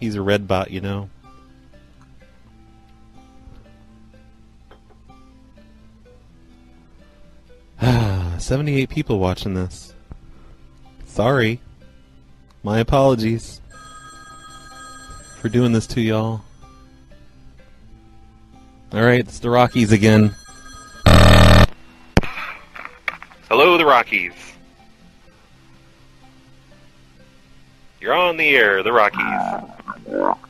Speaker 1: He's a red bot, you know. Seventy-eight people watching this. Sorry. My apologies for doing this to y'all. All right, it's the Rockies again.
Speaker 2: Hello, the Rockies. You're on the air, the Rockies.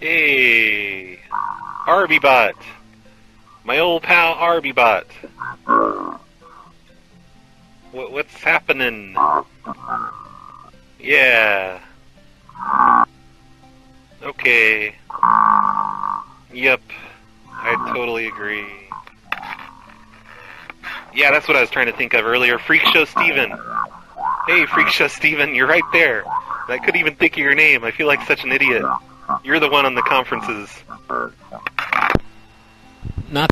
Speaker 2: Hey, Arby Bot, my old pal Arby Bot. What, what's happening? Yeah. Okay. Yep. I totally agree. Yeah, that's what I was trying to think of earlier. Freak Show Steven. Hey, Freak Show Steven, you're right there. I couldn't even think of your name. I feel like such an idiot. You're the one on the conferences.
Speaker 1: not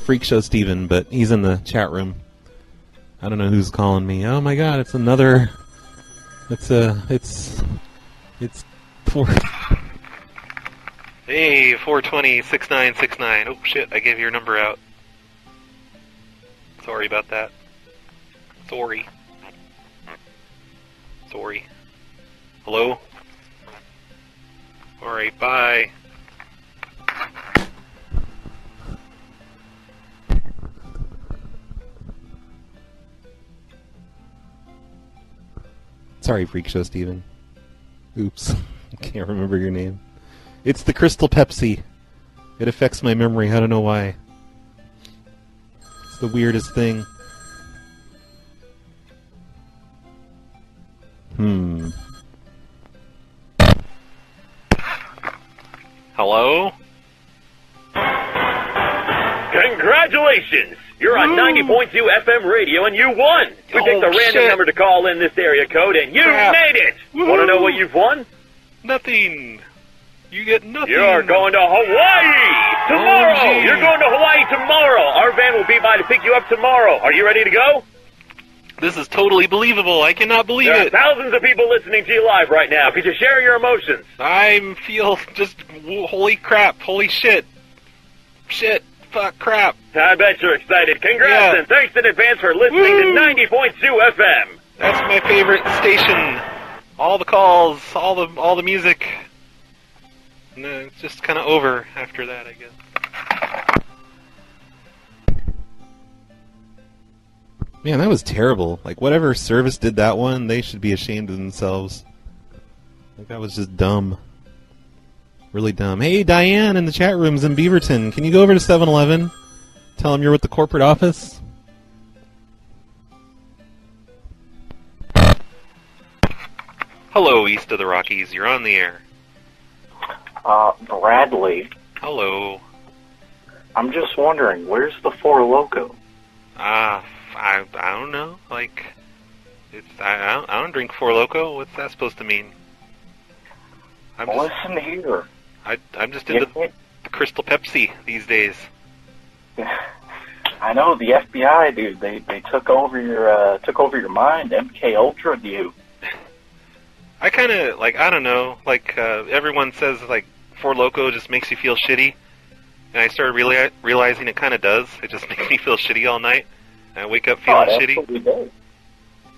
Speaker 1: freak show Steven, but he's in the chat room. I don't know who's calling me. Oh my god, it's another it's a it's it's poor
Speaker 2: Hey, 420 6969. Oh shit, I gave your number out. Sorry about that. Sorry. Sorry. Hello? Alright, bye.
Speaker 1: Sorry, freak show Steven. Oops. Can't remember your name. It's the Crystal Pepsi. It affects my memory. I don't know why. It's the weirdest thing. Hmm.
Speaker 2: Hello?
Speaker 18: Congratulations! You're on 90.2 FM radio and you won! We picked a random
Speaker 2: Oh, shit.
Speaker 18: number to call in this area code and you
Speaker 2: Crap.
Speaker 18: made it!
Speaker 2: Woo.
Speaker 18: Want to know what you've won?
Speaker 2: Nothing! You get nothing!
Speaker 18: You're going to Hawaii tomorrow!
Speaker 2: Oh, gee.
Speaker 18: You're going to Hawaii tomorrow! Our van will be by to pick you up tomorrow. Are you ready to go?
Speaker 2: This is totally believable. I cannot believe
Speaker 18: there
Speaker 2: it.
Speaker 18: are thousands of people listening to you live right now. Could you share your emotions?
Speaker 2: I feel just wo- holy crap, holy shit. Shit, fuck, crap.
Speaker 18: I bet you're excited. Congrats
Speaker 2: Yeah.
Speaker 18: and thanks in advance for listening to 90.2 FM.
Speaker 2: That's my favorite station. All the calls, all the all the music. No, it's just kind of over after that, I guess.
Speaker 1: Man, that was terrible. Like whatever service did that one, they should be ashamed of themselves. Like that was just dumb. Really dumb. Hey, Diane in the chat rooms in Beaverton, can you go over to 7-Eleven? Tell them you're with the corporate office.
Speaker 2: Hello, east of the Rockies. You're on the air.
Speaker 19: Uh, Bradley,
Speaker 2: Hello.
Speaker 19: I'm just wondering, where's the Four Loco?
Speaker 2: Ah, f- I, I don't know. Like, it's I, I, don't, I don't drink Four Loco. What's that supposed to mean? I'm just,
Speaker 19: Listen here.
Speaker 2: I, I'm just into the Crystal Pepsi these days.
Speaker 4: I know the FBI, dude. They they took over your uh, took over your mind. MK Ultra, dude.
Speaker 2: I kind of like I don't know. Like uh, everyone says, like Four Loco just makes you feel shitty, and I started reali- realizing it kind of does. It just makes me feel shitty all night. And I
Speaker 9: Oh,
Speaker 2: wake up feeling
Speaker 4: that's
Speaker 2: shitty.
Speaker 4: what we did.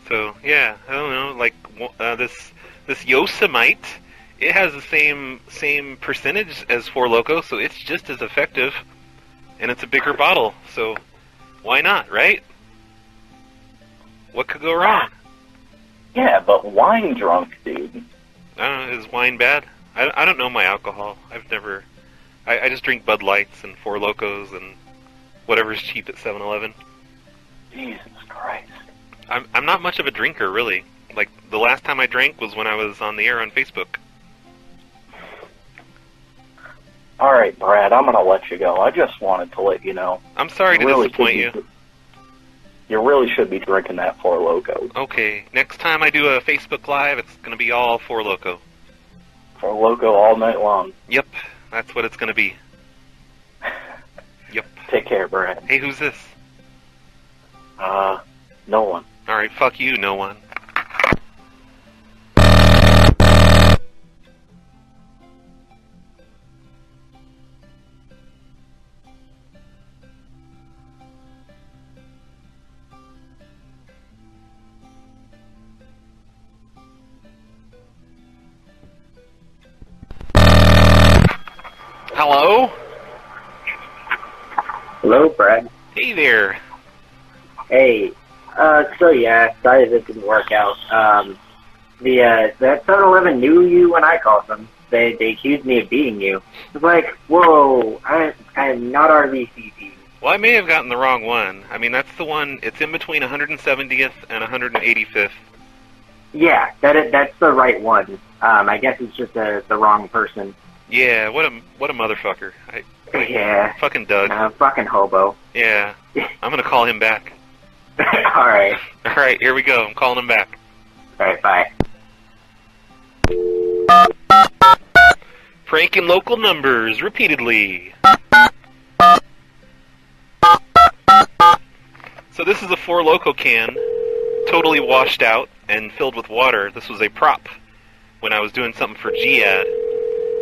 Speaker 2: So yeah, I don't know. Like w- uh, this this Yosemite, it has the same same percentage as Four Loco, so it's just as effective, and it's a bigger bottle. So why not, right? What could go wrong?
Speaker 4: Yeah, but wine drunk, dude.
Speaker 2: I don't know. Is wine bad? I, I don't know my alcohol. I've never. I, I just drink Bud Lights and Four Locos and whatever's cheap at 7-Eleven.
Speaker 4: Jesus Christ.
Speaker 2: I'm I'm not much of a drinker, really. Like the last time I drank was when I was on the air on Facebook.
Speaker 4: All right, Brad. I'm gonna let you go. I just wanted to let you know.
Speaker 2: I'm sorry to
Speaker 4: really
Speaker 2: disappoint
Speaker 4: should
Speaker 2: you.
Speaker 4: Be, you really should be drinking that Four Loco.
Speaker 2: Okay, next time I do a Facebook Live, it's gonna be all Four Loco.
Speaker 4: Four Loco all night long.
Speaker 2: Yep, that's what it's gonna be. Yep.
Speaker 4: Take care, Brad.
Speaker 2: Hey, who's this?
Speaker 4: Uh, no one.
Speaker 2: All right, fuck you, no one. Hello?
Speaker 15: Hello, Brad.
Speaker 2: Hey there.
Speaker 15: Hey. Uh, so yeah, sorry this didn't work out. Um, the uh, that 7-Eleven knew you when I called them. They they accused me of beating you. It's like, whoa, I I am not RVCP.
Speaker 2: Well, I may have gotten the wrong one. I mean, that's the one. It's in between 170th and 185th.
Speaker 15: Yeah, that is, that's the right one. Um, I guess it's just the the wrong person.
Speaker 2: Yeah, what a what a motherfucker. I, like,
Speaker 15: Yeah.
Speaker 2: Fucking Doug.
Speaker 15: Uh, fucking hobo.
Speaker 2: Yeah. I'm gonna call him back.
Speaker 15: All right.
Speaker 2: All right, here we go. I'm calling him back.
Speaker 15: All right. Bye.
Speaker 2: Pranking local numbers repeatedly. So this is a four loco can, totally washed out and filled with water. This was a prop when I was doing something for GAD.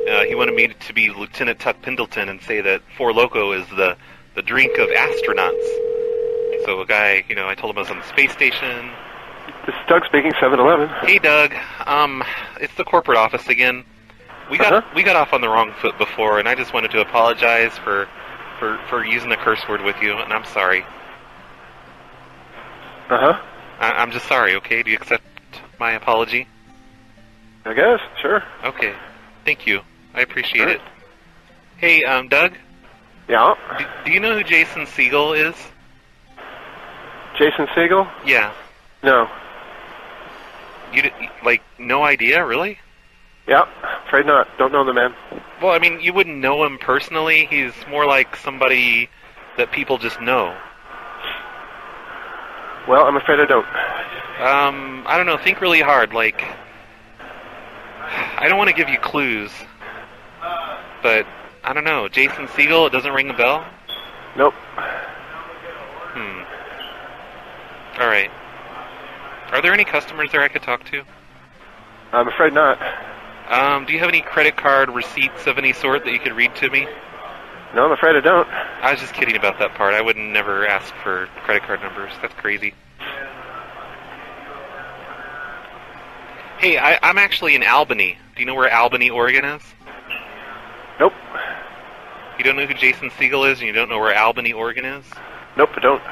Speaker 2: Uh, he wanted me to be Lieutenant Tuck Pendleton and say that four loco is the the drink of astronauts. So a guy, you know, I told him I was on the space station.
Speaker 12: This is Doug speaking, 7-Eleven.
Speaker 2: Hey Doug, um, it's the corporate office again. We got
Speaker 12: Uh-huh.
Speaker 2: we got off on the wrong foot before, and I just wanted to apologize for for for using the curse word with you, and I'm sorry.
Speaker 12: Uh huh.
Speaker 2: I, I'm just sorry. Okay, do you accept my apology?
Speaker 12: I guess. Sure.
Speaker 2: Okay, thank you. I appreciate it. Hey, um, Doug.
Speaker 12: Yeah.
Speaker 2: Do, do you know who Jason Siegel is?
Speaker 12: Jason Siegel?
Speaker 2: Yeah.
Speaker 12: No.
Speaker 2: You d- like no idea, really?
Speaker 12: Yeah. Afraid not. Don't know the man.
Speaker 2: Well, I mean, you wouldn't know him personally. He's more like somebody that people just know.
Speaker 12: Well, I'm afraid I don't.
Speaker 2: Um, I don't know. Think really hard. Like, I don't want to give you clues, but I don't know. Jason Siegel. It doesn't ring a bell.
Speaker 12: Nope.
Speaker 2: Hmm. All right. Are there any customers there I could talk to?
Speaker 12: I'm afraid not.
Speaker 2: Um, do you have any credit card receipts of any sort that you could read to me?
Speaker 12: No, I'm afraid I don't.
Speaker 2: I was just kidding about that part. I would never ask for credit card numbers. That's crazy. Hey, I, I'm actually in Albany. Do you know where Albany, Oregon is?
Speaker 12: Nope.
Speaker 2: You don't know who Jason Siegel is, and you don't know where Albany, Oregon is?
Speaker 12: Nope, I don't.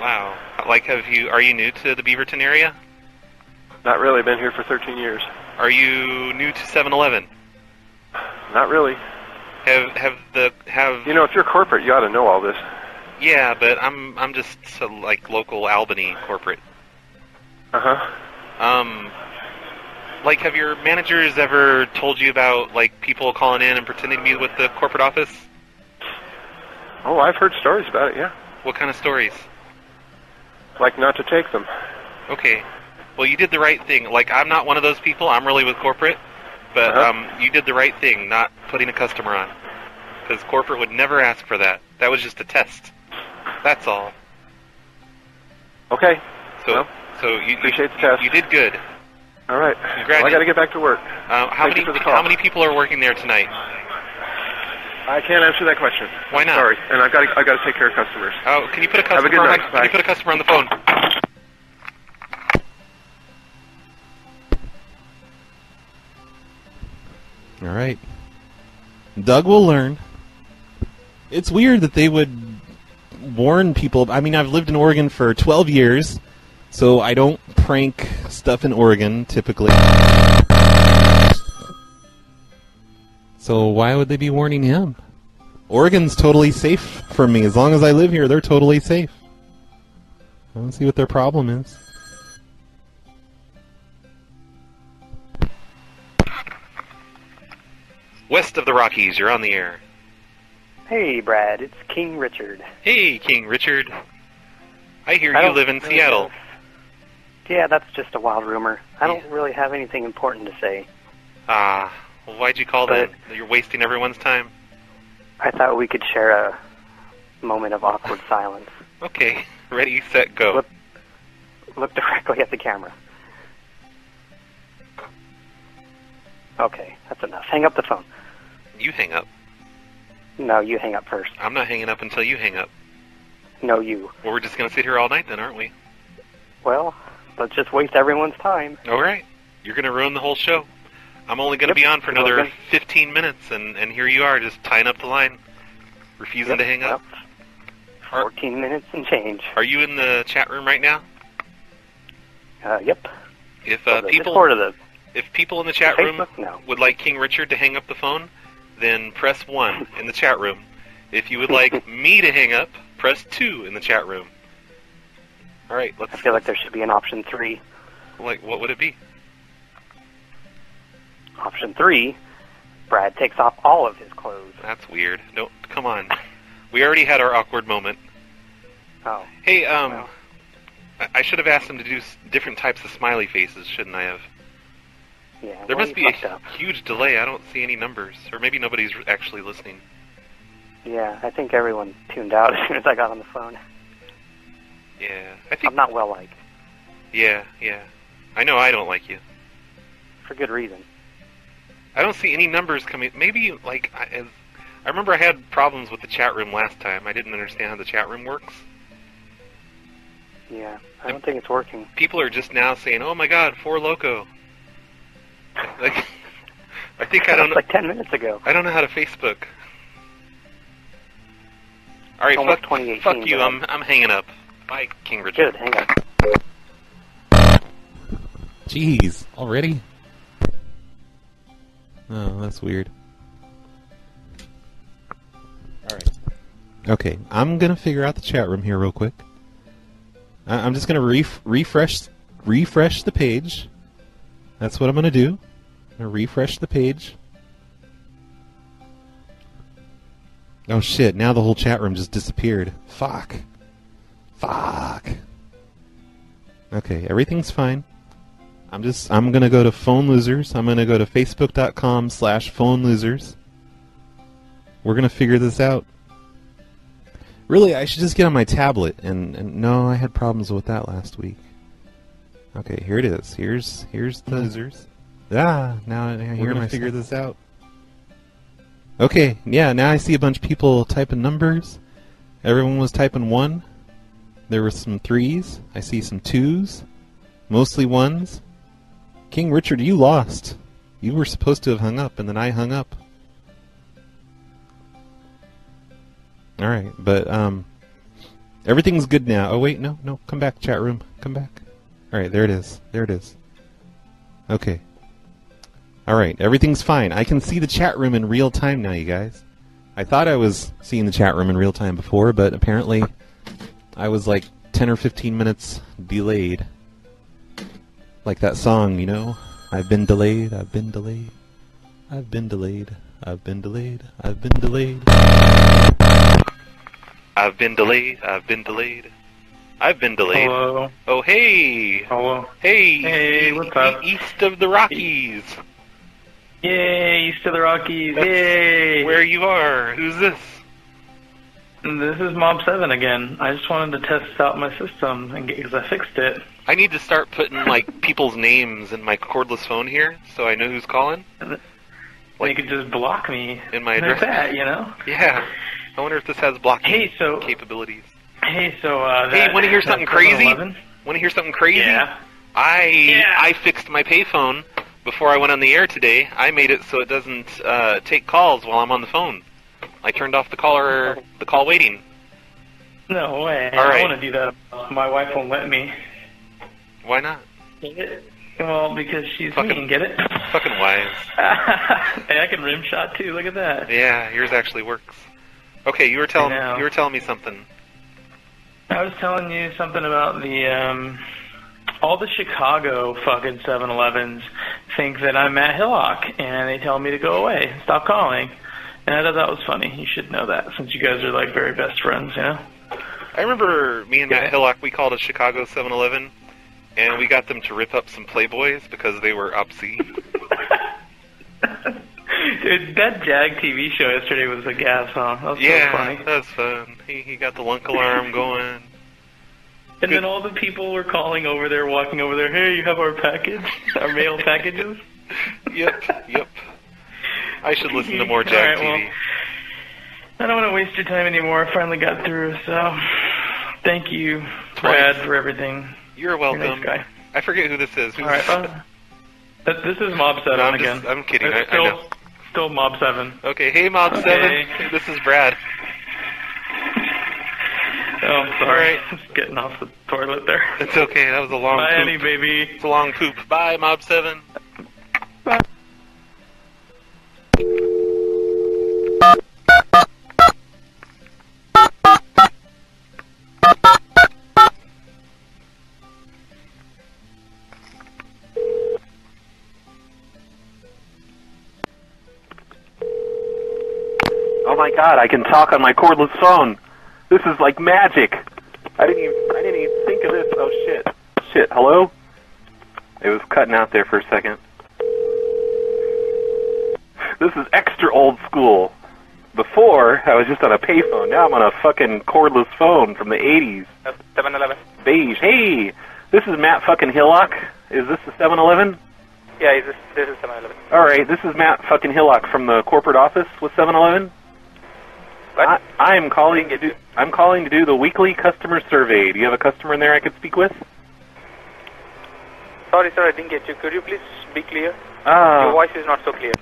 Speaker 2: Wow. Like, have you? Are you new to the Beaverton area?
Speaker 12: Not really. Been here for 13 years.
Speaker 2: Are you new to 7-Eleven?
Speaker 12: Not really.
Speaker 2: Have have the have?
Speaker 12: You know, if you're corporate, you ought to know all this.
Speaker 2: Yeah, but I'm I'm just uh, like local Albany corporate.
Speaker 12: Uh
Speaker 4: Uh-huh.
Speaker 12: huh.
Speaker 2: Um, like, have your managers ever told you about like people calling in and pretending to be with the corporate office?
Speaker 12: Oh, I've heard stories about it. Yeah.
Speaker 2: What kind of stories?
Speaker 12: Like not to take them.
Speaker 2: Okay. Well, you did the right thing. Like, I'm not one of those people. I'm really with corporate, but
Speaker 12: Uh-huh.
Speaker 2: um, you did the right thing, not putting a customer on, because corporate would never ask for that. That was just a test.
Speaker 5: That's all.
Speaker 4: Okay.
Speaker 5: So, so you,
Speaker 4: Appreciate
Speaker 5: you,
Speaker 4: the test.
Speaker 5: You did good.
Speaker 4: All right. Well, I got to get back to work.
Speaker 5: Um, how
Speaker 4: Thank you
Speaker 5: many
Speaker 4: for the call.
Speaker 5: how many people are working there tonight?
Speaker 4: I can't answer that question.
Speaker 5: Why not?
Speaker 4: Sorry, and I've got to, I've got to take care of customers.
Speaker 5: Oh, can you put a
Speaker 4: Have
Speaker 5: customer
Speaker 4: a good
Speaker 5: on,
Speaker 4: night.
Speaker 5: can
Speaker 4: Bye.
Speaker 5: you put a customer on the phone?
Speaker 2: All right. Doug will learn. It's weird that they would warn people. I mean, I've lived in Oregon for 12 years, so I don't prank stuff in Oregon typically. So why would they be warning him? Oregon's totally safe for me. As long as I live here, they're totally safe. I don't see what their problem is.
Speaker 5: West of the Rockies, you're on the air.
Speaker 20: Hey, Brad, it's King Richard.
Speaker 5: Hey, King Richard. I hear
Speaker 20: I
Speaker 5: you
Speaker 20: don't
Speaker 5: live in
Speaker 20: really
Speaker 5: Seattle.
Speaker 20: Yeah, that's just a wild rumor. I don't really have anything important to say.
Speaker 5: Ah, well, why'd you call that?
Speaker 20: But-
Speaker 5: You're wasting everyone's time.
Speaker 20: I thought we could share a moment of awkward silence.
Speaker 5: Okay, ready, set, go.
Speaker 20: Look directly at the camera. Okay, that's enough. Hang up the phone.
Speaker 5: You hang up.
Speaker 20: No, you hang up first.
Speaker 5: I'm not hanging up until you hang up.
Speaker 20: No, you.
Speaker 5: Well, we're just gonna sit here all night then, aren't we?
Speaker 20: Well, let's just waste everyone's time.
Speaker 5: All right. You're gonna ruin the whole show. I'm only gonna
Speaker 20: Yep.
Speaker 5: be on for another
Speaker 20: Okay.
Speaker 5: 15 minutes, and and here you are, just tying up the line, refusing to hang up.
Speaker 20: 14 minutes and change.
Speaker 5: Are you in the chat room right now?
Speaker 20: Uh, yep.
Speaker 5: If uh,
Speaker 20: Well, the
Speaker 5: people
Speaker 20: Discord or the-
Speaker 5: if people in the chat room
Speaker 20: Facebook? No.
Speaker 5: would like King Richard to hang up the phone, then press one in the chat room. If you would like me to hang up, press two in the chat room. All right, let's.
Speaker 20: I feel like there should be an option three.
Speaker 5: Like, what would it be?
Speaker 20: Option three, Brad takes off all of his clothes.
Speaker 5: That's weird. Don't come on. We already had our awkward moment.
Speaker 20: Oh.
Speaker 5: Hey, um, I, I should have asked him to do s- different types of smiley faces, shouldn't I have?
Speaker 20: Yeah.
Speaker 5: There
Speaker 20: well,
Speaker 5: must
Speaker 20: you
Speaker 5: be a
Speaker 20: fucked up.
Speaker 5: huge delay. I don't see any numbers, or maybe nobody's r- actually listening.
Speaker 20: Yeah, I think everyone tuned out as soon as I got on the phone.
Speaker 5: Yeah, I think.
Speaker 20: I'm not well liked
Speaker 5: Yeah, yeah. I know I don't like you.
Speaker 20: for good reason.
Speaker 5: I don't see any numbers coming. Maybe like I, as- I remember I had problems with the chat room last time. I didn't understand how the chat room works.
Speaker 20: Yeah, I don't think it's working.
Speaker 5: People are just now saying, "Oh my God, four loco." Like, I think I don't.
Speaker 20: It's like ten minutes ago.
Speaker 5: I don't know how to Facebook. All right,
Speaker 20: Almost
Speaker 5: fuck,
Speaker 20: 2018,
Speaker 5: fuck you.
Speaker 20: but-
Speaker 5: I'm I'm hanging up. Bye, King Richard.
Speaker 20: Good, hang on.
Speaker 2: Jeez, already? Oh, that's weird. Alright. Okay, I'm gonna figure out the chat room here real quick. I- I'm just gonna ref- refresh refresh the page. That's what I'm gonna do. I'm gonna refresh the page. Oh shit! Now the whole chat room just disappeared. Fuck. Fuck. Okay, everything's fine. I'm just I'm gonna go to phone losers. I'm gonna go to facebook.com slash phone losers. We're gonna figure this out. Really, I should just get on my tablet and, and no, I had problems with that last week. Okay, here it is. Here's here's the losers. Ah, now I
Speaker 21: Hmm. We're
Speaker 2: hear
Speaker 21: gonna
Speaker 2: my
Speaker 21: figure this
Speaker 2: out. Okay, yeah, now I see a bunch of people typing numbers. Everyone was typing one. There were some threes. I see some twos. Mostly ones. King Richard, you lost. You were supposed to have hung up, and then I hung up. Alright, but, um, everything's good now. Oh, wait, no, no, come back, chat room. Come back. Alright, there it is. There it is. Okay. All right, everything's fine. I can see the chat room in real time now, you guys. I thought I was seeing the chat room in real time before, but apparently I was like 10 or 15 minutes delayed. Like that song, you know? I've been delayed, I've been delayed. I've been delayed, I've been delayed, I've been delayed.
Speaker 5: I've been delayed. I've been delayed. I've been delayed.
Speaker 11: Hello.
Speaker 5: Oh hey.
Speaker 11: Hello.
Speaker 5: Hey.
Speaker 11: Hey, what's up?
Speaker 5: East of the Rockies.
Speaker 11: Yay, East of the Rockies.
Speaker 5: That's
Speaker 11: Yay.
Speaker 5: Where you are? Who's this?
Speaker 11: This is Mob Seven again. I just wanted to test out my system and because I fixed it.
Speaker 2: I need to start putting like people's names in my cordless phone here, so I know who's calling.
Speaker 11: Like, you could just block me
Speaker 2: in my
Speaker 11: like
Speaker 2: address.
Speaker 11: that, you know?
Speaker 2: Yeah. I wonder if this has blocking
Speaker 11: Hey, so
Speaker 2: capabilities.
Speaker 11: hey, so uh,
Speaker 2: hey,
Speaker 11: that,
Speaker 2: want to hear
Speaker 11: that
Speaker 2: something crazy?
Speaker 11: 7-Eleven?
Speaker 2: Want to hear something crazy? Yeah. I I fixed my payphone before I went on the air today. I made it so it doesn't uh, take calls while I'm on the phone. I turned off the caller the call waiting.
Speaker 11: No way.
Speaker 2: All right.
Speaker 11: I want to do that. My wife won't let me.
Speaker 2: Why not?
Speaker 11: Well, because she's
Speaker 2: Fucking-
Speaker 11: mean. Get it?
Speaker 2: Fucking wise.
Speaker 11: hey, I can rim shot too. Look at that.
Speaker 2: Yeah, yours actually works. Okay, you were telling
Speaker 11: I know.
Speaker 2: you were telling me something.
Speaker 11: I was telling you something about the um, all the Chicago fucking 7-Elevens think that I'm Matt Hillock, and they tell me to go away, stop calling. And I thought that was funny. You should know that since you guys are like very best friends, you know.
Speaker 2: I remember me and Matt Hillock, we called a Chicago 7 Eleven, and we got them to rip up some Playboys because they were obscene.
Speaker 11: Dude, that Jag TV show yesterday was a gas, huh? That was
Speaker 2: yeah,
Speaker 11: so funny.
Speaker 2: that was fun. He, he got the lunk alarm going.
Speaker 11: And then all the people were calling over there, walking over there. Hey, you have our package, our mail packages.
Speaker 2: Yep, yep. I should listen to more
Speaker 11: All right,
Speaker 2: Jag TV.
Speaker 11: well, I don't want to waste your time anymore. I finally got through, so thank you, Brad, for everything.
Speaker 2: You're welcome.
Speaker 11: You're a nice guy.
Speaker 2: I forget who this is. Who's
Speaker 11: All right, uh, th- this is Mob Seven
Speaker 2: No, I'm
Speaker 11: again.
Speaker 2: just- I'm kidding.
Speaker 11: It's
Speaker 2: I- I
Speaker 11: still,
Speaker 2: know.
Speaker 11: still Mob Seven.
Speaker 2: Okay, hey Mob
Speaker 11: Okay.
Speaker 2: Seven, this is Brad.
Speaker 11: Oh, I'm sorry. Just getting off the toilet there.
Speaker 2: It's okay. That was a long.
Speaker 11: Bye,
Speaker 2: poop.
Speaker 11: Annie, baby.
Speaker 2: It's a long poop. Bye, Mob Seven.
Speaker 17: Oh my god, I can talk on my cordless phone. This is like magic. I didn't even I didn't even think of this. Oh shit. Shit, hello? It was cutting out there for a second. This is extra old school. Before, I was just on a payphone. Now I'm on a fucking cordless phone from the 80s.
Speaker 6: 7-Eleven.
Speaker 17: Beige. Hey, this is Matt fucking Hillock. Is this the 7-Eleven?
Speaker 6: Yeah, this, this is 7-Eleven.
Speaker 17: All right, this is Matt fucking Hillock from the corporate office with 7-Eleven. I, I am calling. To do, I'm calling to do the weekly customer survey. Do you have a customer in there I could speak with?
Speaker 12: Sorry, sir, I didn't get you. Could you please be clear?
Speaker 2: Uh.
Speaker 17: Ah.
Speaker 12: Your voice is not so clear.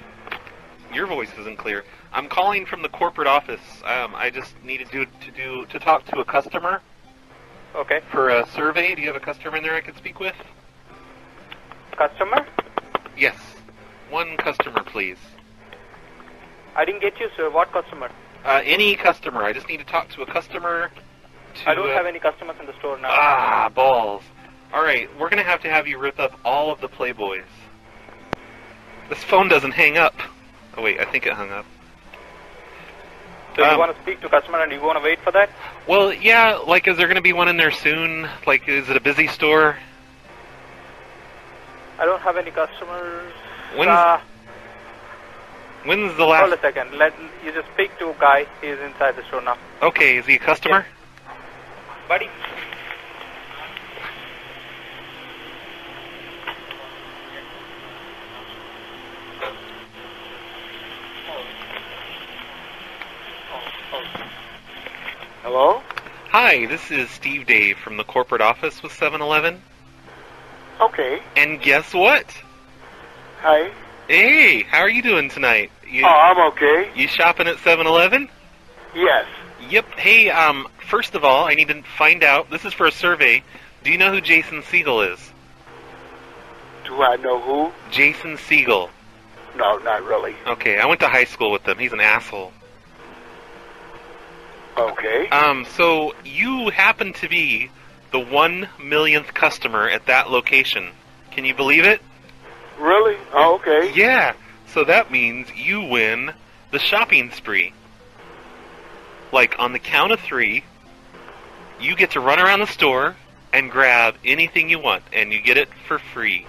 Speaker 2: Your voice isn't clear. I'm calling from the corporate office. Um, I just needed to to do to talk to a customer.
Speaker 12: Okay.
Speaker 2: For a survey, do you have a customer in there I could speak with?
Speaker 12: Customer?
Speaker 2: Yes. One customer, please.
Speaker 12: I didn't get you, sir. What customer?
Speaker 2: Uh, any customer. I just need to talk to a customer. To,
Speaker 12: I don't
Speaker 2: uh,
Speaker 12: have any customers in the store now.
Speaker 2: Ah, balls. All right, we're gonna have to have you rip up all of the Playboys. This phone doesn't hang up. Oh wait, I think it hung up.
Speaker 12: So
Speaker 2: Um,
Speaker 12: you want to speak to customer and you want to wait for that?
Speaker 2: Well, yeah. Like, is there gonna be one in there soon? Like, is it a busy store?
Speaker 12: I don't have any customers.
Speaker 2: When's
Speaker 12: Uh,
Speaker 2: when's the
Speaker 12: hold a
Speaker 2: last?
Speaker 12: second. Let you just speak to a guy. He is inside the store now.
Speaker 2: Okay, is he a customer?
Speaker 12: Buddy. Hello?
Speaker 2: Hi, this is Steve Dave from the corporate office with 7-Eleven.
Speaker 12: Okay.
Speaker 2: And guess what?
Speaker 12: Hi.
Speaker 2: Hey, how are you doing tonight? You,
Speaker 12: Oh, I'm okay.
Speaker 2: You shopping at 7-Eleven?
Speaker 12: Yes.
Speaker 2: Yep. Hey, um, first of all, I need to find out. This is for a survey. Do you know who Jason Siegel is?
Speaker 12: Do I know who?
Speaker 2: Jason Siegel.
Speaker 12: No, not really.
Speaker 2: Okay, I went to high school with him. He's an asshole.
Speaker 12: Okay.
Speaker 2: Um, so you happen to be the one millionth customer at that location. Can you believe it?
Speaker 12: Really? Oh, okay.
Speaker 2: Yeah. So that means you win the shopping spree. Like on the count of three, you get to run around the store and grab anything you want, and you get it for free.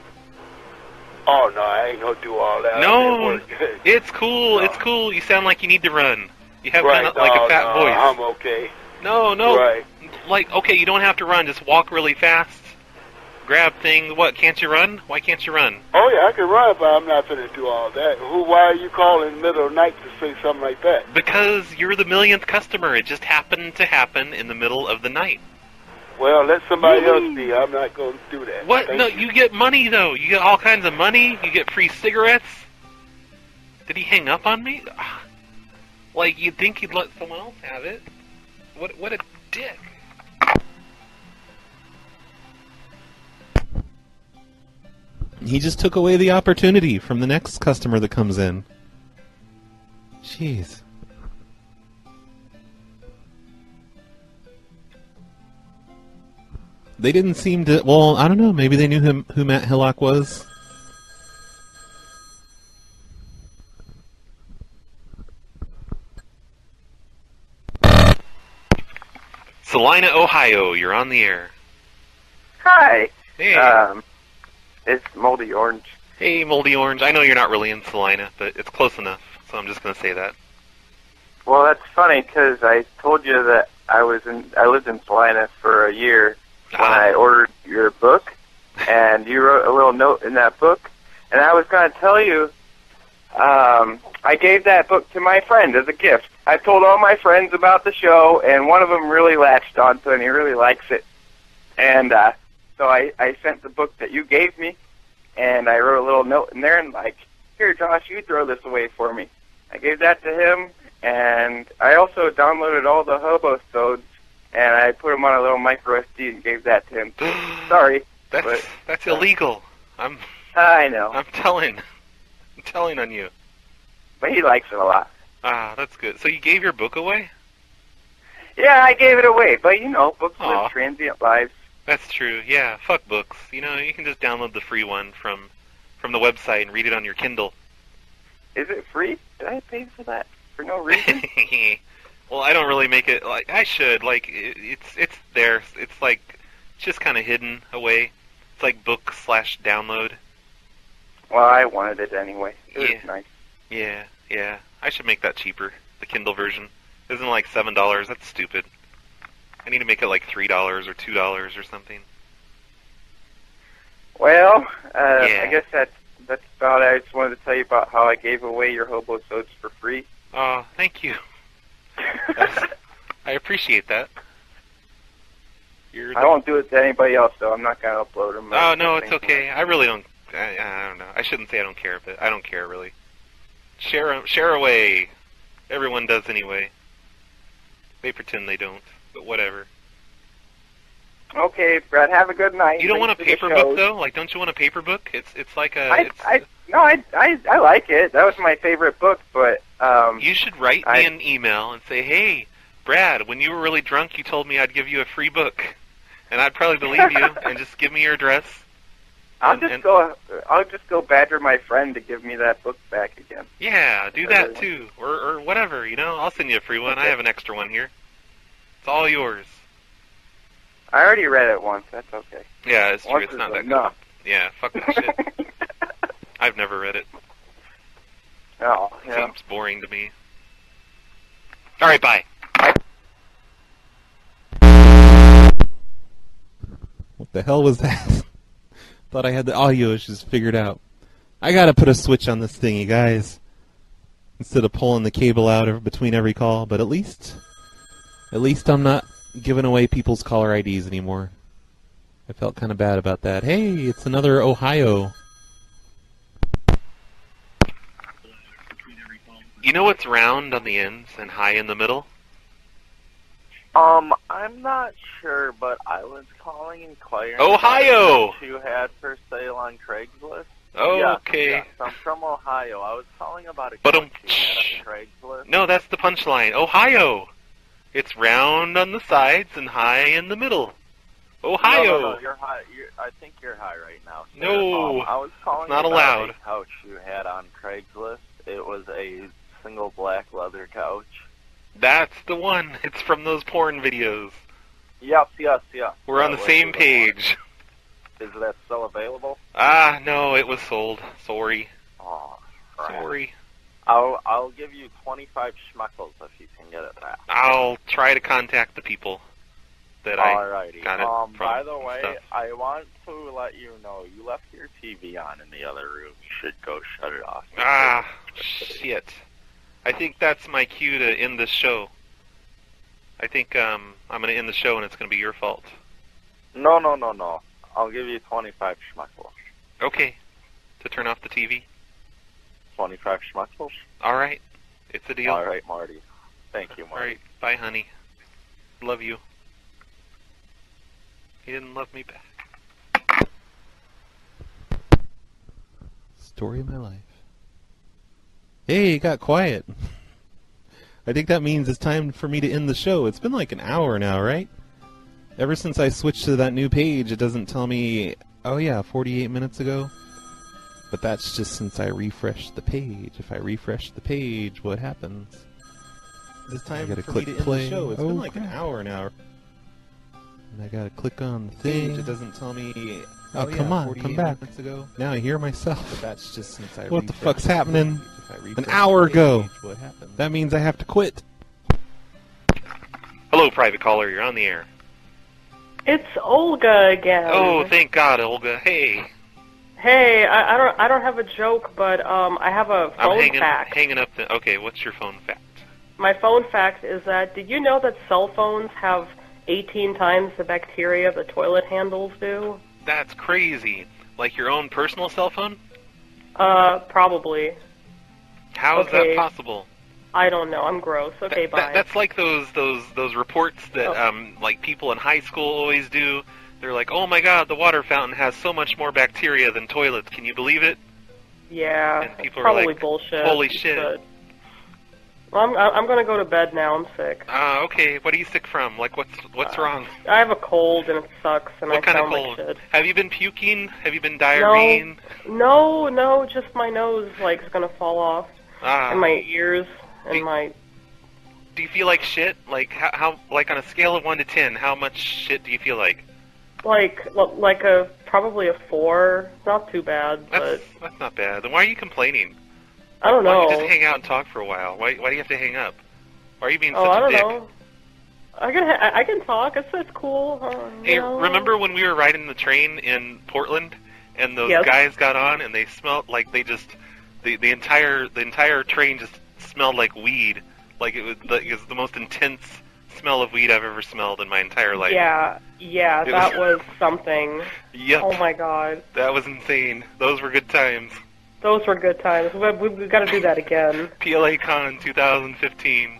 Speaker 12: Oh no, I ain't gonna do all that.
Speaker 2: No,
Speaker 12: It was- Oh.
Speaker 2: it's cool. It's cool. You sound like you need to run. You have
Speaker 12: right,
Speaker 2: kind of like
Speaker 12: no,
Speaker 2: a fat
Speaker 12: no,
Speaker 2: voice.
Speaker 12: I'm okay.
Speaker 2: No, no.
Speaker 12: Right.
Speaker 2: Like, okay, you don't have to run. Just walk really fast. Grab thing. What? Can't you run? Why can't you run?
Speaker 12: Oh yeah, I can run, but I'm not gonna do all that. Who? Why are you calling in the middle of the night to say something like that?
Speaker 2: Because you're the millionth customer. It just happened to happen in the middle of the night.
Speaker 12: Well, let somebody
Speaker 2: Woo-hoo.
Speaker 12: else be. I'm not gonna do that.
Speaker 2: What?
Speaker 12: Thank
Speaker 2: No, you get money though. You get all kinds of money. You get free cigarettes. Did he hang up on me? Ah. Like you'd think he'd let someone else have it. What? What a dick.
Speaker 1: He just took away the opportunity from the next customer that comes in. Jeez. They didn't seem to. Well, I don't know. Maybe they knew him who Matt Hillock was.
Speaker 2: Salina, Ohio. You're on the air.
Speaker 4: Hi.
Speaker 2: Hey.
Speaker 4: Um, it's Moldy Orange.
Speaker 2: Hey, Moldy Orange. I know you're not really in Salina, but it's close enough, so I'm just gonna say that.
Speaker 4: Well, that's funny because I told you that I was in I lived in Salina for a year when I ordered your book, and you wrote a little note in that book, and I was going to tell you. Um, I gave that book to my friend as a gift. I told all my friends about the show, and one of them really latched onto it, and he really likes it. And uh, so I, I sent the book that you gave me, and I wrote a little note in there and like, here, Josh, you throw this away for me. I gave that to him, and I also downloaded all the hobo sodes, and I put them on a little micro SD and gave that to him. Sorry,
Speaker 2: that's
Speaker 4: but
Speaker 2: That's illegal. I'm.
Speaker 4: I know.
Speaker 2: I'm telling. I'm telling on you.
Speaker 4: But he likes it a lot.
Speaker 2: Ah, that's good. So you gave your book away?
Speaker 4: Yeah, I gave it away, but you know, books
Speaker 2: Aw.
Speaker 4: live Oh, transient lives.
Speaker 2: That's true. Yeah. Fuck books. You know, you can just download the free one from from the website and read it on your Kindle.
Speaker 4: Is it free? Did I pay for that for no reason?
Speaker 2: well, I don't really make it like I should. Like it, it's it's there. It's like it's just kind of hidden away. It's like book slash download.
Speaker 4: well, I wanted it anyway. It was
Speaker 2: Yeah.
Speaker 4: nice.
Speaker 2: Yeah, yeah. I should make that cheaper. The Kindle version isn't it like seven dollars. That's stupid. I need to make it like three dollars or two dollars or something.
Speaker 4: Well, uh,
Speaker 2: Yeah.
Speaker 4: I guess that's that's about it. I just wanted to tell you about how I gave away your hobo soaps for free.
Speaker 2: Oh, thank you. That's- I appreciate that. You're
Speaker 4: I won't do it to anybody else, though. I'm not gonna upload them.
Speaker 2: Oh no, it's okay. I really don't. I, I don't know. I shouldn't say I don't care, but I don't care really. Share share away. Everyone does anyway. They pretend they don't, but whatever.
Speaker 4: Okay, Brett. Have a good night.
Speaker 2: You don't want a
Speaker 4: Thanks for
Speaker 2: paper
Speaker 4: the shows.
Speaker 2: book though? Like, don't you want a paper book? It's it's like a.
Speaker 4: I,
Speaker 2: it's,
Speaker 4: I no, I, I I like it. That was my favorite book, but um,
Speaker 2: you should write
Speaker 4: I-
Speaker 2: me an email and say, "Hey, Brad, when you were really drunk, you told me I'd give you a free book, and I'd probably believe you. And just give me your address."
Speaker 4: I'll
Speaker 2: and-
Speaker 4: just
Speaker 2: and-
Speaker 4: go. I'll just go badger my friend to give me that book back again.
Speaker 2: Yeah, do that too, or or whatever. You know, I'll send you a free one. I have an extra one here. It's all yours.
Speaker 4: I already read it once. That's okay.
Speaker 2: Yeah, it's true.
Speaker 4: Once
Speaker 2: It's
Speaker 4: is
Speaker 2: not that
Speaker 4: enough.
Speaker 2: good. Yeah, fuck that shit. I've never read it.
Speaker 4: Oh,
Speaker 2: It
Speaker 4: yeah.
Speaker 2: seems boring to me. All right, bye.
Speaker 1: What the hell was that? Thought I had the audio issues figured out. I gotta put a switch on this thing, you guys. Instead of pulling the cable out of between every call, but at least, at least I'm not giving away people's caller IDs anymore. I felt kind of bad about that. Hey, it's another Ohio.
Speaker 2: You know what's round on the ends and high in the middle?
Speaker 22: Um, I'm not sure, but I was calling inquiring.
Speaker 2: Ohio!
Speaker 22: about what You had for sale on Craigslist.
Speaker 2: Okay.
Speaker 22: Yeah, yes, I'm from Ohio. I was calling about a
Speaker 2: But um,
Speaker 22: coat you had on Craigslist.
Speaker 2: no, that's the punchline. Ohio. It's round on the sides and high in the middle. Ohio.
Speaker 22: No, no, no, you're high. You're, I think you're high right now. sir.
Speaker 2: No,
Speaker 22: Um, I was calling
Speaker 2: it's not
Speaker 22: about
Speaker 2: allowed.
Speaker 22: a couch you had on Craigslist. It was a single black leather couch.
Speaker 2: That's the one. It's from those porn videos.
Speaker 22: Yep, yes, yes.
Speaker 2: We're on
Speaker 22: That
Speaker 2: the
Speaker 22: was
Speaker 2: same
Speaker 22: one.
Speaker 2: page.
Speaker 22: Is that still available?
Speaker 2: Ah, no, it was sold. Sorry.
Speaker 22: Oh,
Speaker 2: Sorry.
Speaker 23: I'll I'll give you twenty five schmuckles if you can get it back.
Speaker 2: I'll try to contact the people that I
Speaker 23: Alrighty.
Speaker 2: got it
Speaker 23: um,
Speaker 2: from.
Speaker 23: by the
Speaker 2: and
Speaker 23: way,
Speaker 2: stuff.
Speaker 23: I want to let you know you left your TV on in the other room. You should go shut it off.
Speaker 2: ah, shit. I think that's my cue to end this show. I think um, I'm going to end the show, and it's going to be your fault.
Speaker 23: No, no, no, no. I'll give you twenty five schmuckles.
Speaker 2: Okay. To turn off the TV.
Speaker 23: Twenty five schmuckles.
Speaker 2: All right. It's a deal.
Speaker 23: All right, Marty. Thank you, Marty.
Speaker 2: All right. Bye, honey. Love you. He didn't love me back.
Speaker 1: Story of my life. Hey, it got quiet. I think that means it's time for me to end the show. It's been like an hour now, right? Ever since I switched to that new page, it doesn't tell me, oh yeah, 48 minutes ago. But that's just since I refreshed the page. If I refresh the page, what happens? It's time
Speaker 4: gotta
Speaker 1: for
Speaker 4: click
Speaker 1: me to
Speaker 4: play.
Speaker 1: end the show. It's
Speaker 4: Oh,
Speaker 1: been like an hour now. And I gotta click on the thing. It doesn't tell me.
Speaker 4: Oh,
Speaker 1: yeah,
Speaker 4: come on,
Speaker 1: 48
Speaker 4: come back.
Speaker 1: Minutes ago. Now I hear myself. But that's just since I
Speaker 4: What the
Speaker 1: refreshed
Speaker 4: fuck's happening?
Speaker 1: If I refresh
Speaker 4: An
Speaker 1: the
Speaker 4: hour
Speaker 1: page,
Speaker 4: ago.
Speaker 1: What happened? That means I have to quit.
Speaker 2: Hello, private caller. You're on the air.
Speaker 14: It's Olga again.
Speaker 2: Oh, thank God, Olga. Hey,
Speaker 14: Hey, I, I don't I don't have a joke, but um, I have a
Speaker 2: I'm
Speaker 14: phone
Speaker 2: hanging
Speaker 14: fact.
Speaker 2: hanging up. The, okay, what's your phone fact?
Speaker 14: My phone fact is that did you know that cell phones have 18 times the bacteria the toilet handles do?
Speaker 2: That's crazy. Like your own personal cell phone?
Speaker 14: Uh, probably.
Speaker 2: How is
Speaker 14: Okay.
Speaker 2: that possible?
Speaker 14: I don't know. I'm gross. Okay,
Speaker 2: That-
Speaker 14: bye. Oh.
Speaker 2: that's like those those those reports that um like people in high school always do. They're like, "Oh my God, the water fountain has so much more bacteria than toilets. Can you believe it?"
Speaker 14: yeah,
Speaker 2: And people
Speaker 14: probably
Speaker 2: are like,
Speaker 14: bullshit.
Speaker 2: "Holy shit!"
Speaker 14: but- Well, I'm I'm gonna go to bed now. I'm sick.
Speaker 2: Ah, okay. What are you sick from? Like, what's what's wrong?
Speaker 14: I have a cold and it sucks, and
Speaker 2: What
Speaker 14: Ah. I
Speaker 2: kind of
Speaker 14: sound
Speaker 2: cold?
Speaker 14: like shit.
Speaker 2: Have you been puking? Have you been diarrheaing?
Speaker 14: No, no, just my nose like is gonna fall off,
Speaker 2: Ah.
Speaker 14: and my ears, and my
Speaker 2: Do you feel like shit? Like how, how like on a scale of one to ten, how much shit do you feel like?
Speaker 14: like l- like a probably a four. Not too bad, but
Speaker 2: That's that's not bad. Then why are you complaining?
Speaker 14: I don't
Speaker 2: Why
Speaker 14: know.
Speaker 2: don't you just hang out and talk for a while? Why why do you have to hang up? Why are you being
Speaker 14: oh,
Speaker 2: such
Speaker 14: I
Speaker 2: a
Speaker 14: don't
Speaker 2: dick?
Speaker 14: know. I can ha- I I can talk. It's it's cool. Um,
Speaker 2: Hey,
Speaker 14: you know?
Speaker 2: remember when we were riding the train in Portland and those
Speaker 14: Yes.
Speaker 2: guys got on and they smelled like they just the the entire the entire train just smelled like weed. Like it was like it was the most intense smell of weed I've ever smelled in my entire life.
Speaker 14: Yeah, yeah,
Speaker 2: It
Speaker 14: that
Speaker 2: was-
Speaker 14: was something.
Speaker 2: Yep.
Speaker 14: Oh my god,
Speaker 2: That was insane. Those were good times.
Speaker 14: those were good times. We we, we got to do that again.
Speaker 2: PLA Con 2015.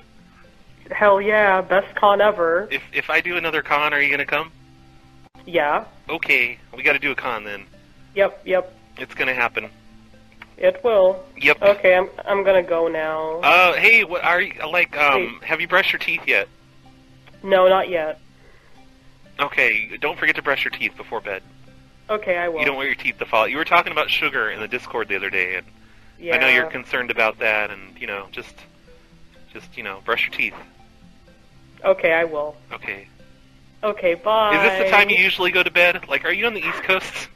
Speaker 14: Hell yeah, best con ever.
Speaker 2: If if I do another con, are you gonna come?
Speaker 14: Yeah.
Speaker 2: Okay, we got to do a con then.
Speaker 14: Yep. Yep.
Speaker 2: It's gonna happen.
Speaker 14: It will.
Speaker 2: Yep.
Speaker 14: Okay, I'm I'm gonna go now.
Speaker 2: Uh, hey, what are you like? Um, have you brushed your teeth yet?
Speaker 14: no, not yet.
Speaker 2: Okay, don't forget to brush your teeth before bed.
Speaker 14: Okay, I will.
Speaker 2: You don't want your teeth to fall. out. You were talking about sugar in the Discord the other day, and
Speaker 14: yeah.
Speaker 2: I know you're concerned about that. And you know, just, just you know, brush your teeth.
Speaker 14: Okay, I will.
Speaker 2: Okay.
Speaker 14: Okay, bye.
Speaker 2: Is this the time you usually go to bed? Like, are you on the East Coast?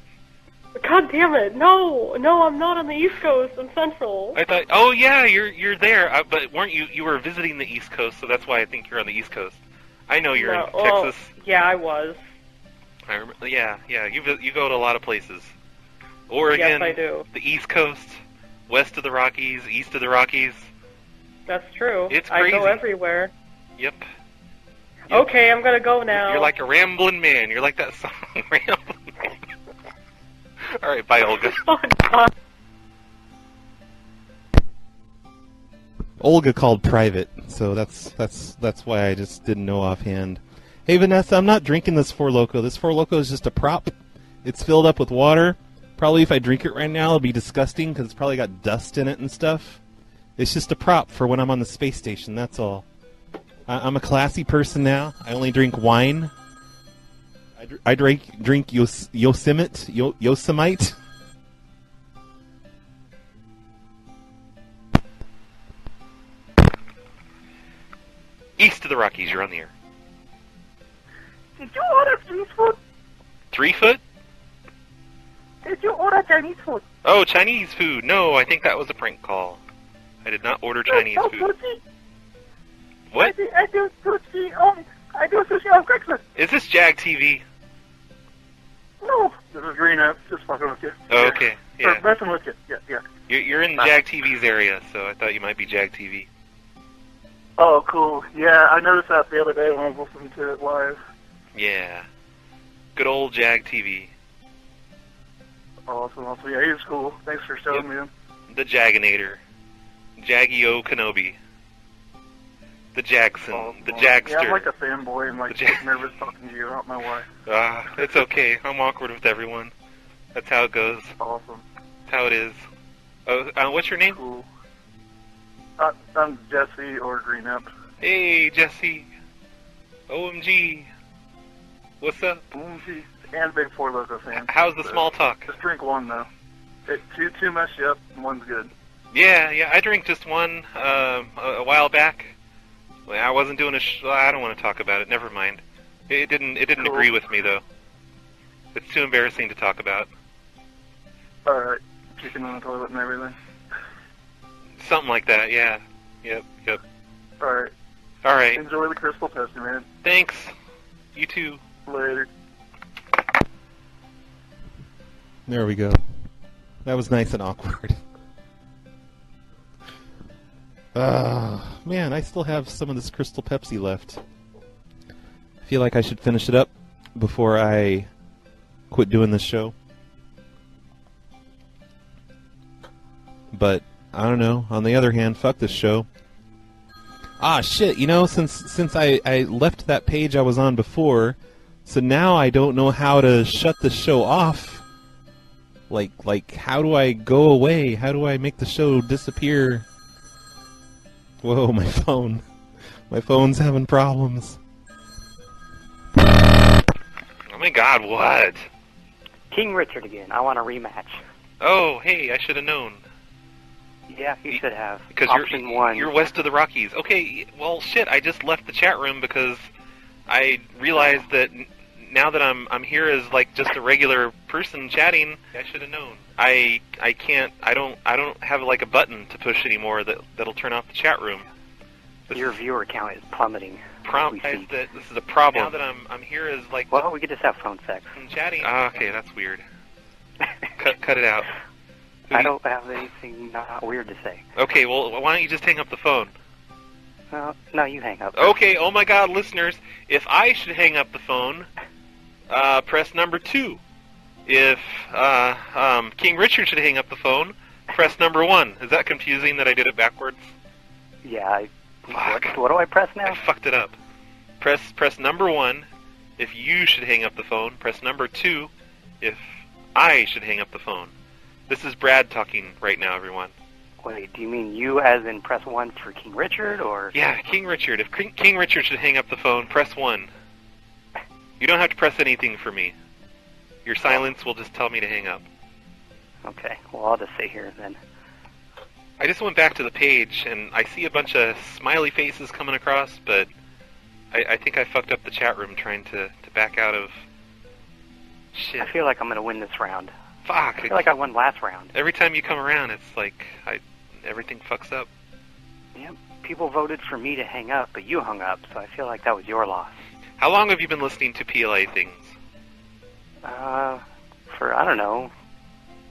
Speaker 14: God damn it! No, no, I'm not on the East Coast. I'm Central.
Speaker 2: I thought, oh yeah, you're you're there, I, but weren't you? You were visiting the East Coast, so that's why I think you're on the East Coast. I know you're
Speaker 14: No,
Speaker 2: in
Speaker 14: well,
Speaker 2: Texas.
Speaker 14: Yeah, I was.
Speaker 2: I remember, yeah, yeah. You vi- you go to a lot of places. Oregon,
Speaker 14: Yes, I do.
Speaker 2: the East Coast, west of the Rockies, east of the Rockies.
Speaker 14: That's true.
Speaker 2: It's
Speaker 14: I go
Speaker 2: crazy.
Speaker 14: everywhere.
Speaker 2: Yep.
Speaker 14: Okay, I'm gonna go now.
Speaker 2: You're like a rambling man. You're like that song, rambling. Man. All right, bye, Olga.
Speaker 7: Oh
Speaker 1: Olga called private, so that's that's that's why I just didn't know offhand. Hey Vanessa, I'm not drinking this Four Loco. This Four Loco is just a prop. It's filled up with water. Probably if I drink it right now, it'll be disgusting because it's probably got dust in it and stuff. It's just a prop for when I'm on the space station. That's all. I- I'm a classy person now. I only drink wine. I, dr- I drink drink Yos- Yosemite Yo- Yosemite.
Speaker 2: East of the Rockies. You're on the air.
Speaker 7: Did you order Chinese food?
Speaker 2: Three foot.
Speaker 7: Did you order Chinese food?
Speaker 2: Oh, Chinese food. No, I think that was a prank call. I did not order Chinese
Speaker 7: oh,
Speaker 2: food. What?
Speaker 7: I do sushi on. I do sushi on breakfast.
Speaker 2: Is this Jag TV?
Speaker 7: No. This is Rena. Just fucking with you.
Speaker 2: Oh, okay. Yeah.
Speaker 7: Or messing with you. Yeah, yeah.
Speaker 2: You're, you're in Jag TV's area, so I thought you might be Jag TV.
Speaker 7: Oh, cool. Yeah, I noticed that the other day when I was listening to it live.
Speaker 2: Yeah. Good old Jag TV.
Speaker 7: Awesome, awesome. Yeah, he was cool. Thanks for showing me him.
Speaker 2: The Jaginator. Jagio Kenobi. The Jackson. the Jagster.
Speaker 7: Oh, Yeah, I'm like a fanboy and like nervous talking to you. I don't know why.
Speaker 2: Ah, it's okay. I'm awkward with everyone. That's how it goes.
Speaker 7: Awesome.
Speaker 2: That's how it is. Oh, uh, what's your name?
Speaker 7: Cool. I, I'm Jesse or Green Up.
Speaker 2: Hey, Jesse. OMG. What's up?
Speaker 7: OMG. And Big Four Loco fan.
Speaker 2: How's the small talk?
Speaker 7: Just drink one though. It, two two mess you up. and One's good.
Speaker 2: Yeah, yeah. I drank just one um, a, a while back. I wasn't doing a. Sh- I don't want to talk about it. Never mind. It didn't. It didn't
Speaker 7: Cool.
Speaker 2: agree with me though. It's too embarrassing to talk about.
Speaker 7: All right. Chicken on the toilet and everything.
Speaker 2: Something like that. Yeah. Yep. Yep.
Speaker 7: All right.
Speaker 2: All right.
Speaker 7: Enjoy the crystal Pepsi, man.
Speaker 2: Thanks. You too.
Speaker 7: Later.
Speaker 1: There we go. That was nice and awkward. Ah, man, I still have some of this Crystal Pepsi left. I feel like I should finish it up before I quit doing this show. But I don't know. On the other hand, fuck this show. Ah, shit. You know, since since I I left that page I was on before, so now I don't know how to shut the show off. Like like how do I go away? How do I make the show disappear? Whoa, my phone. My phone's having problems.
Speaker 2: Oh my God! What?
Speaker 20: King Richard again. I want a rematch.
Speaker 2: Oh, hey! I should have known.
Speaker 20: Yeah, you should have.
Speaker 2: Because
Speaker 20: Option
Speaker 2: you're,
Speaker 20: one.
Speaker 2: You're west of the Rockies. Okay, well, shit. I just left the chat room because I realized that n- now that I'm I'm here as like just a regular person chatting, I should have known. I I can't. I don't. I don't have like a button to push anymore that that'll turn off the chat room.
Speaker 20: Your viewer count is plummeting.
Speaker 2: Prom-
Speaker 20: We
Speaker 2: I,
Speaker 20: see.
Speaker 2: that this is a problem. Now that I'm I'm here as like
Speaker 20: Well, we could just have phone sex.
Speaker 2: chatting. Ah, okay, that's weird. cut cut it out.
Speaker 20: I don't have anything not weird to say.
Speaker 2: Okay, well, why don't you just hang up the phone?
Speaker 20: Well, no, you hang up.
Speaker 2: Okay, oh my god, listeners, if I should hang up the phone, uh, press number two. If uh, um, King Richard should hang up the phone, press number one. Is that confusing that I did it backwards?
Speaker 20: Yeah. I, What, what do I press now?
Speaker 2: I fucked it up. Press press number one if you should hang up the phone. Press number two if I should hang up the phone. This is Brad talking right now, everyone.
Speaker 20: Wait, do you mean you as in press one for King Richard, or
Speaker 2: Yeah, King Richard. If King- King Richard should hang up the phone, press 1. You don't have to press anything for me. Your silence will just tell me to hang up.
Speaker 20: Okay, well, I'll just sit here then.
Speaker 2: I just went back to the page and I see a bunch of smiley faces coming across, but I, I think I fucked up the chat room trying to, to back out of. Shit.
Speaker 20: I feel like I'm gonna win this round.
Speaker 2: Fuck.
Speaker 20: I feel like I won last round.
Speaker 2: Every time you come around, it's like I everything fucks up.
Speaker 20: Yep. People voted for me to hang up, but you hung up, so I feel like that was your loss.
Speaker 2: How long have you been listening to PLA things?
Speaker 20: Uh, for I don't know,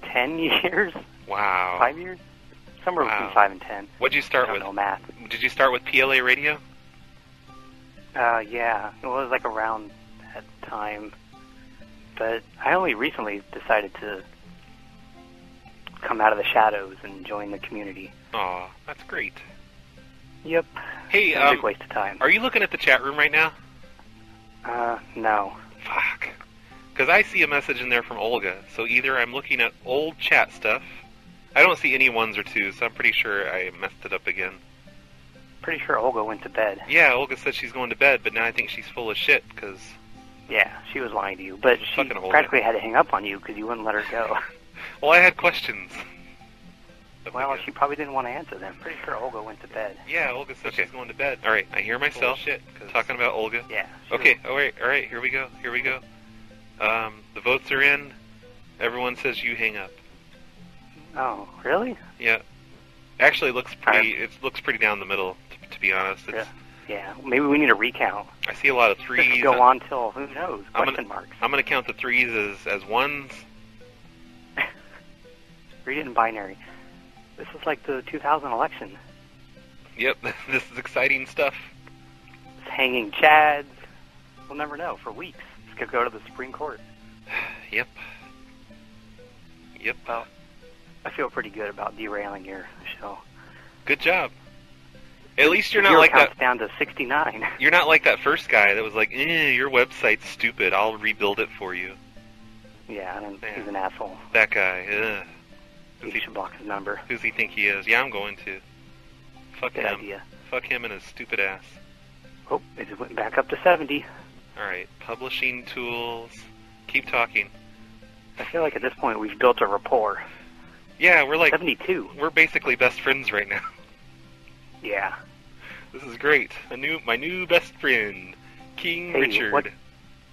Speaker 20: ten years,
Speaker 2: Wow.
Speaker 20: five years, somewhere
Speaker 2: Wow.
Speaker 20: between five and ten.
Speaker 2: What'd you start
Speaker 20: I don't
Speaker 2: with?
Speaker 20: know math.
Speaker 2: Did you start with PLA radio?
Speaker 20: Uh, yeah, it was like around that time, but I only recently decided to come out of the shadows and join the community.
Speaker 2: Aw, that's great.
Speaker 20: Yep.
Speaker 2: Hey,
Speaker 20: It's a
Speaker 2: um,
Speaker 20: big waste of time.
Speaker 2: Are you looking at the chat room right now?
Speaker 20: Uh, no.
Speaker 2: Fuck. Because I see a message in there from Olga. So either I'm looking at old chat stuff. I don't see any ones or twos, so I'm pretty sure I messed it up again.
Speaker 20: Pretty sure Olga went to bed.
Speaker 2: Yeah, Olga said she's going to bed, but now I think she's full of shit because
Speaker 20: Yeah, she was lying to you, but she
Speaker 2: fucking Olga.
Speaker 20: practically had to hang up on you because you wouldn't let her go.
Speaker 2: Well, I had questions.
Speaker 20: well, she probably didn't want to answer them. Pretty sure Olga went to bed.
Speaker 2: Yeah, Olga said she's going to bed. All right, I hear myself shit talking about Olga.
Speaker 20: Yeah.
Speaker 2: Okay. All right. All right. Here we go. Here we go. Um, the votes are in. Everyone says you hang up.
Speaker 20: Oh, really?
Speaker 2: Yeah. Actually, it looks pretty. It looks pretty down the middle, to, to be honest. It's,
Speaker 20: Yeah, maybe we need a recount.
Speaker 2: I see a lot of
Speaker 20: This
Speaker 2: threes.
Speaker 20: could go on till who knows?
Speaker 2: uh, I'm
Speaker 20: Question
Speaker 2: gonna,
Speaker 20: marks.
Speaker 2: I'm gonna count the threes as as ones.
Speaker 20: Read it in binary. This is like the 2000 election.
Speaker 2: Yep, this is exciting stuff.
Speaker 20: It's hanging chads. We'll never know for weeks. This could go to the Supreme Court.
Speaker 2: Yep. Yep.
Speaker 20: Well, I feel pretty good about derailing your show.
Speaker 2: Good job. At least you're not
Speaker 20: Zero
Speaker 2: like
Speaker 20: counts
Speaker 2: that.
Speaker 20: down to 69.
Speaker 2: You're not like that first guy that was like, eh, "Your website's stupid. I'll rebuild it for you."
Speaker 20: Yeah, I don't, he's an asshole.
Speaker 2: That guy. Ugh.
Speaker 20: You should block his number.
Speaker 2: Who's he think he is? Yeah, I'm going to. Fuck
Speaker 20: Good
Speaker 2: him.
Speaker 20: idea.
Speaker 2: Fuck him and his stupid ass.
Speaker 20: Oh, it just went back up to 70.
Speaker 2: All right, publishing tools. Keep talking.
Speaker 20: I feel like at this point we've built a rapport.
Speaker 2: Yeah, we're like
Speaker 20: 72.
Speaker 2: We're basically best friends right now.
Speaker 20: Yeah.
Speaker 2: This is great. A new, my new best friend, King
Speaker 20: Hey,
Speaker 2: Richard.
Speaker 20: what-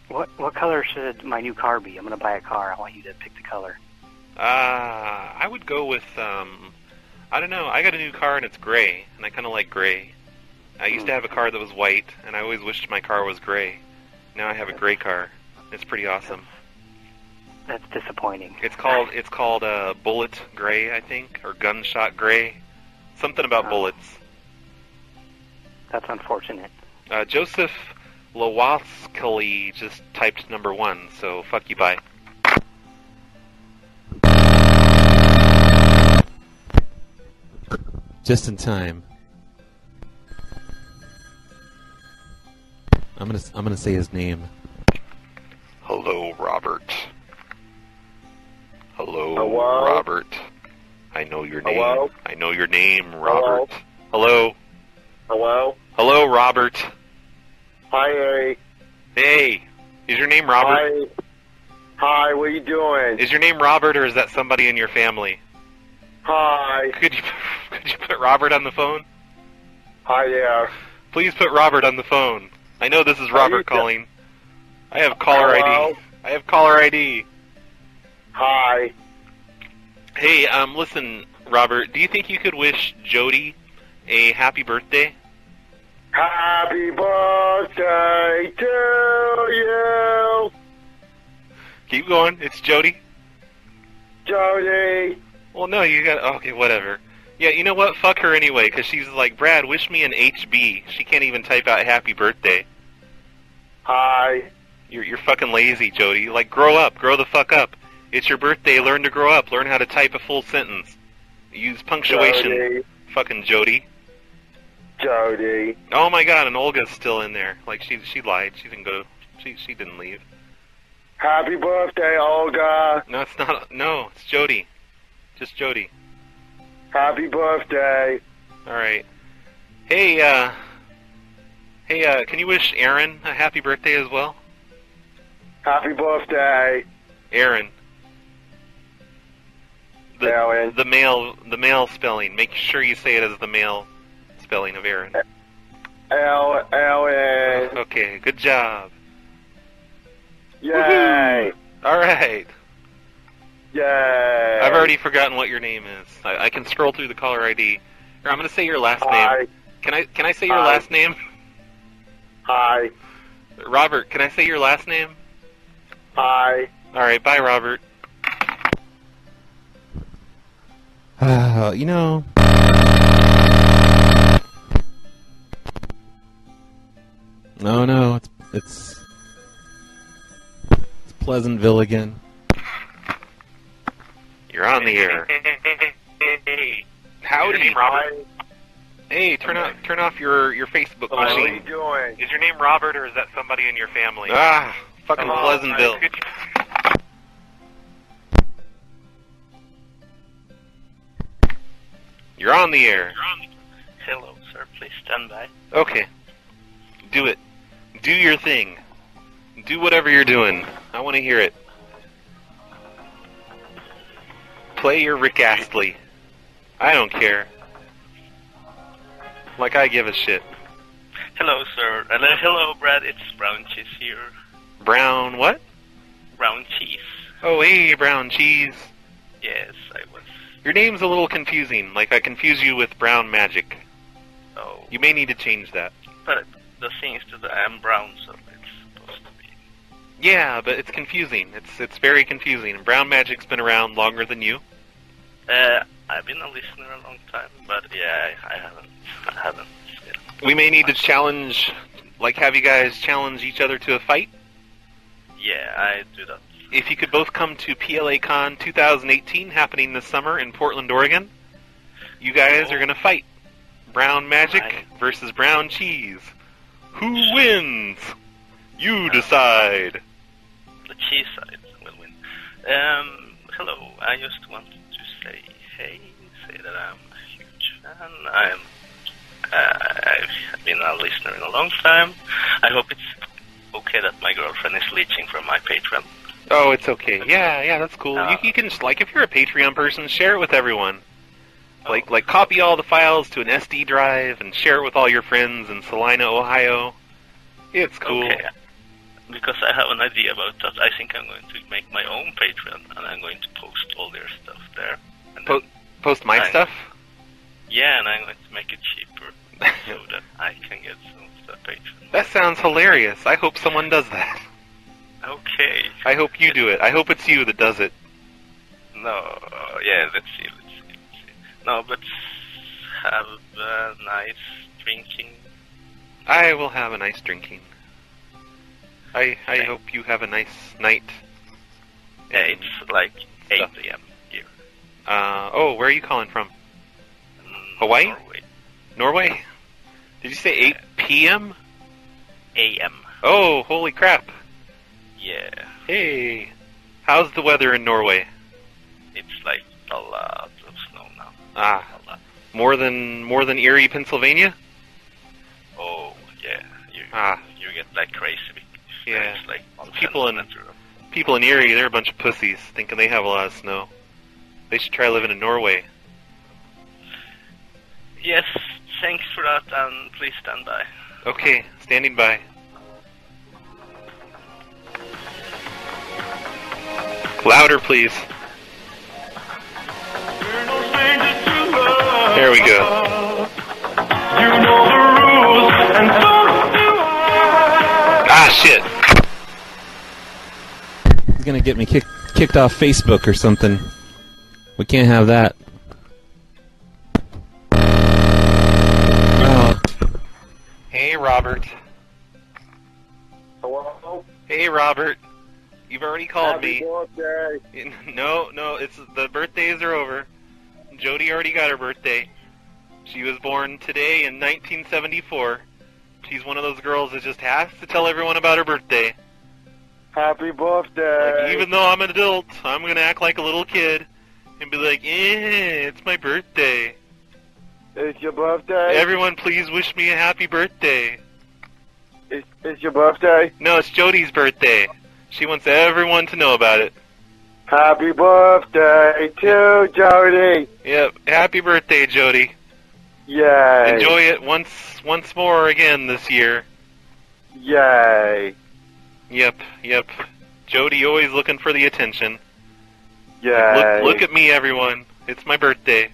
Speaker 20: What what color should my new car be? I'm gonna buy a car. I want you to pick the color.
Speaker 2: Uh, I would go with um, I don't know. I got a new car and it's gray, and I kind of like gray. I
Speaker 20: Hmm.
Speaker 2: used to have a car that was white, and I always wished my car was gray. Now I have a gray car. It's pretty awesome.
Speaker 20: That's disappointing.
Speaker 2: It's called it's called uh, Bullet Gray, I think, or Gunshot Gray, something about bullets.
Speaker 20: That's unfortunate.
Speaker 2: Uh, Joseph Lowaskily just typed number one, so fuck you, bye.
Speaker 1: Just in time. I'm gonna I'm gonna say his name.
Speaker 4: Hello, Robert. Hello,
Speaker 2: Hello?
Speaker 4: Robert. I know your name.
Speaker 2: Hello?
Speaker 4: I know your name, Robert. Hello.
Speaker 2: Hello. Hello, Robert.
Speaker 4: Hi,
Speaker 2: Eric. Hey, is your name Robert?
Speaker 4: Hi, what are you doing?
Speaker 2: Is your name Robert, or is that somebody in your family?
Speaker 4: Hi.
Speaker 2: Could you could you put Robert on the phone?
Speaker 4: Hi there.
Speaker 2: Please put Robert on the phone. I know this is Robert calling. I have caller
Speaker 4: Hello?
Speaker 2: ID. I have caller ID.
Speaker 4: Hi.
Speaker 2: Hey, um, listen, Robert. Do you think you could wish Jody a happy birthday?
Speaker 4: Happy birthday to you,
Speaker 2: Keep going. It's Jody.
Speaker 4: Jody.
Speaker 2: Well, no, you got okay. Whatever. Yeah, you know what? Fuck her anyway, because she's like, Brad, wish me an HB. She can't even type out happy birthday.
Speaker 4: Hi.
Speaker 2: You're you're fucking lazy, Jody. Like, grow up, grow the fuck up. It's your birthday. Learn to grow up. Learn how to type a full sentence. Use punctuation.
Speaker 4: Jody.
Speaker 2: Fucking Jody.
Speaker 4: Jody.
Speaker 2: Oh my god, and Olga's still in there. Like she she lied. She didn't go. She she didn't leave.
Speaker 4: Happy birthday, Olga.
Speaker 2: No, it's not. No, it's Jody. Just Jody.
Speaker 4: Happy birthday.
Speaker 2: All right. Hey, uh, hey, uh, can you wish Aaron a happy birthday as well?
Speaker 4: Happy birthday.
Speaker 2: Aaron. The, Aaron. The male, the male spelling. Make sure you say it as the male spelling of Aaron.
Speaker 4: L Ellen.
Speaker 2: Okay, good job.
Speaker 4: Yay.
Speaker 2: All right.
Speaker 4: Yay.
Speaker 2: I've already forgotten what your name is. I, I can scroll through the caller ID. Here, I'm going to say your last
Speaker 4: Hi.
Speaker 2: name. Can I can I say your
Speaker 4: Hi.
Speaker 2: last name?
Speaker 4: Hi.
Speaker 2: Robert, can I say your last name?
Speaker 4: Hi.
Speaker 2: All right, bye, Robert.
Speaker 1: Ah, you know, No, no, it's it's it's Pleasantville again.
Speaker 2: You're on the air. Howdy, Robert. Hey, turn off turn off your your Facebook
Speaker 4: What are you
Speaker 2: machine.
Speaker 4: doing?
Speaker 2: Is your name Robert or is that somebody in your family? Ah, fucking
Speaker 4: Come on,
Speaker 2: Pleasantville.
Speaker 4: could
Speaker 2: You're on the air.
Speaker 8: Hello, sir. Please stand by.
Speaker 2: Okay. Do it. Do your thing. Do whatever you're doing. I want to hear it. Play your Rick Astley. I don't care. Like I give a shit.
Speaker 8: Hello, sir. And uh, hello, Brad. It's Brown Cheese here.
Speaker 2: Brown what?
Speaker 8: Brown Cheese.
Speaker 2: Oh, hey, brown cheese.
Speaker 8: Yes, I was.
Speaker 2: Your name's a little confusing. Like I confuse you with Brown Magic.
Speaker 17: Oh.
Speaker 2: You may need to change that.
Speaker 17: But the thing is that I'm brown, so it's supposed to be.
Speaker 2: Yeah, but it's confusing. It's it's very confusing. And Brown Magic's been around longer than you.
Speaker 17: Uh, I've been a listener a long time, but yeah, I, I haven't. I haven't.
Speaker 2: We may need to challenge, like have you guys challenge each other to a fight.
Speaker 17: Yeah, I do that.
Speaker 2: If you could both come to PLA Con 2018 happening this summer in Portland, Oregon, you guys are going to fight. Brown Magic versus Brown Cheese. Who wins? You decide.
Speaker 17: The cheese side will win. Um, hello. I just wanted to say hey, say that I'm a huge fan. I'm. Uh, I've been a listener in a long time. I hope it's okay that my girlfriend is leeching from my Patreon.
Speaker 2: Oh, it's okay. Yeah, yeah, that's cool. you, you can just like if you're a Patreon person, share it with everyone. Like like copy all the files to an SD drive and share it with all your friends in Salina, Ohio. It's cool.
Speaker 17: Okay. Because I have an idea about that. I think I'm going to make my own Patreon and I'm going to post all their stuff there.
Speaker 2: Po- post my
Speaker 17: I-
Speaker 2: stuff.
Speaker 17: Yeah, and I'm going to make it cheaper so that I can get some of the Patreon.
Speaker 2: That sounds hilarious. I hope someone does that.
Speaker 17: Okay.
Speaker 2: I hope you do it. I hope it's you that does it.
Speaker 17: No, uh, yeah, let's see, let's see, let's see. No, but have a nice drinking.
Speaker 2: I will have a nice drinking. I I hope you have a nice night.
Speaker 17: Yeah,
Speaker 2: Mm-hmm.
Speaker 17: it's like 8 a.m. here.
Speaker 2: Uh, oh, where are you calling from? Hawaii? Norway. Did you say 8 p.m.?
Speaker 17: A.m.
Speaker 2: Oh, holy crap.
Speaker 17: Yeah,
Speaker 2: Hey. How's the weather in Norway?
Speaker 17: it's like a lot of snow now.
Speaker 2: Ah. More than more than Erie, Pennsylvania?
Speaker 17: Oh, yeah, you
Speaker 2: Ah.
Speaker 17: you get like crazy.
Speaker 2: Yeah.
Speaker 17: It's like all
Speaker 2: People in
Speaker 17: central.
Speaker 2: people in Erie, they're a bunch of pussies, thinking they have a lot of snow. They should try living in Norway.
Speaker 17: Yes, thanks for that, and please stand by.
Speaker 2: Okay, standing by. Louder, please. There we go. Ah, shit.
Speaker 24: He's gonna get me kick, kicked off Facebook or something. We can't have that. Oh,
Speaker 2: Hey, Robert.
Speaker 8: Hello?
Speaker 2: Hey, Robert. You've already called
Speaker 8: Happy
Speaker 2: me.
Speaker 8: birthday.
Speaker 2: No, no, it's the birthdays are over. Jody already got her birthday. She was born today in 1974. She's one of those girls that just has to tell everyone about her birthday.
Speaker 8: Happy birthday.
Speaker 2: Even though I'm an adult, I'm gonna act like a little kid and be like, "Eh, it's my birthday."
Speaker 8: It's your birthday.
Speaker 2: Everyone, please wish me a happy birthday.
Speaker 8: It's, it's your birthday.
Speaker 2: No, it's Jody's birthday. She wants everyone to know about it.
Speaker 8: Happy birthday to Jody.
Speaker 2: Yep. Happy birthday, Jody.
Speaker 8: Yay.
Speaker 2: Enjoy it once once more again this year.
Speaker 8: Yay.
Speaker 2: Yep, yep. Jody always looking for the attention.
Speaker 8: Yay.
Speaker 2: Look look at me everyone. It's my birthday.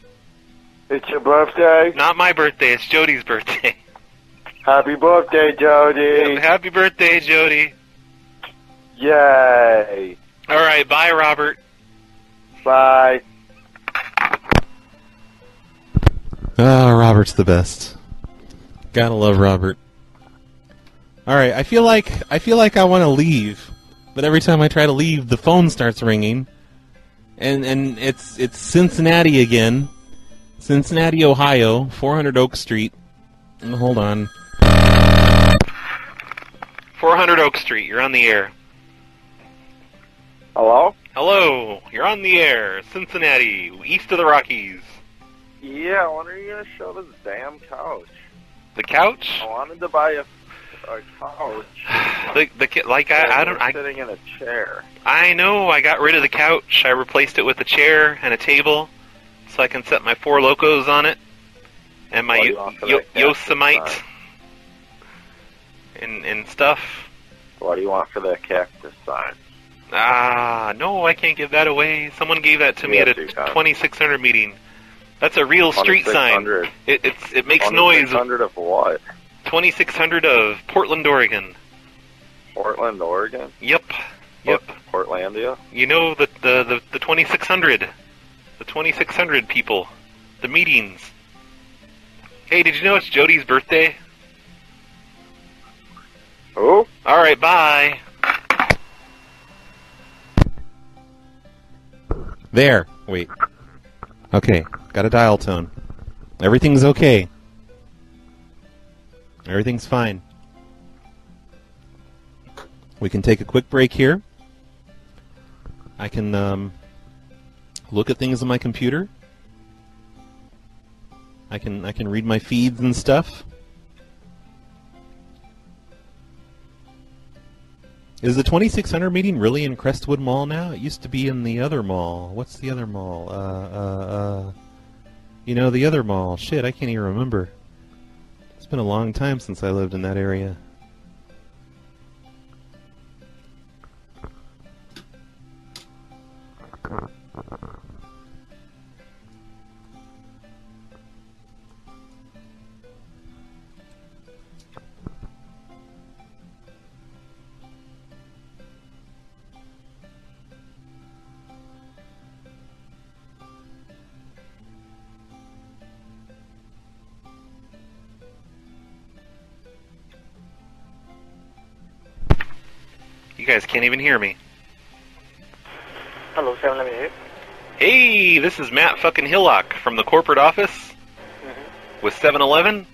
Speaker 8: It's your birthday.
Speaker 2: Not my birthday, it's Jody's birthday.
Speaker 8: Happy birthday, Jody.
Speaker 2: Happy birthday, Jody.
Speaker 8: Yay.
Speaker 2: All right, bye Robert.
Speaker 8: Bye.
Speaker 24: Ah, Robert's the best. Gotta love Robert. All right, I feel like I feel like I want to leave, but every time I try to leave, the phone starts ringing, and and it's it's Cincinnati again, Cincinnati, Ohio, 400 Oak Street. Mm, Hold on.
Speaker 2: 400 Oak Street, you're on the air.
Speaker 8: Hello?
Speaker 2: Hello, you're on the air. Cincinnati, east of the Rockies.
Speaker 4: Yeah, when are you gonna show this damn couch?
Speaker 2: The couch?
Speaker 4: I wanted to buy a, a couch.
Speaker 2: The, the ki- like I, I don't I
Speaker 4: sitting in a chair.
Speaker 2: I know. I got rid of the couch. I replaced it with a chair and a table, so I can set my four locos on it, and my
Speaker 4: Oh, you
Speaker 2: Yo-
Speaker 4: want to
Speaker 2: Yo-
Speaker 4: like that?
Speaker 2: Yosemite,
Speaker 4: Alright.
Speaker 2: and and stuff.
Speaker 4: What do you want for that cactus sign?
Speaker 2: Ah, no, I can't give that away. Someone gave that to me
Speaker 23: Yeah,
Speaker 2: at a
Speaker 23: two times.
Speaker 2: 2600 meeting. That's a real street sign.
Speaker 23: 2600.
Speaker 2: It, it's, it makes noise.
Speaker 23: 2600 of what?
Speaker 2: 2600 of Portland, Oregon.
Speaker 23: Portland, Oregon?
Speaker 2: Yep. Yep.
Speaker 23: Portlandia?
Speaker 2: You know the the the, the 2600, the 2600 people, the meetings. Hey, did you know it's Jody's birthday?
Speaker 23: Who?
Speaker 2: All right, bye.
Speaker 1: There. Wait. Okay. Got a dial tone. Everything's okay. Everything's fine. We can take a quick break here. I can um, look at things on my computer. I can I can read my feeds and stuff. Is the 2600 meeting really in Crestwood Mall now? It used to be in the other mall. What's the other mall? Uh, uh, uh, you know, the other mall. Shit, I can't even remember. It's been a long time since I lived in that area.
Speaker 2: You guys can't even hear me.
Speaker 5: Hello, 711
Speaker 2: Hey, this is Matt fucking Hillock from the corporate office with 7-Eleven.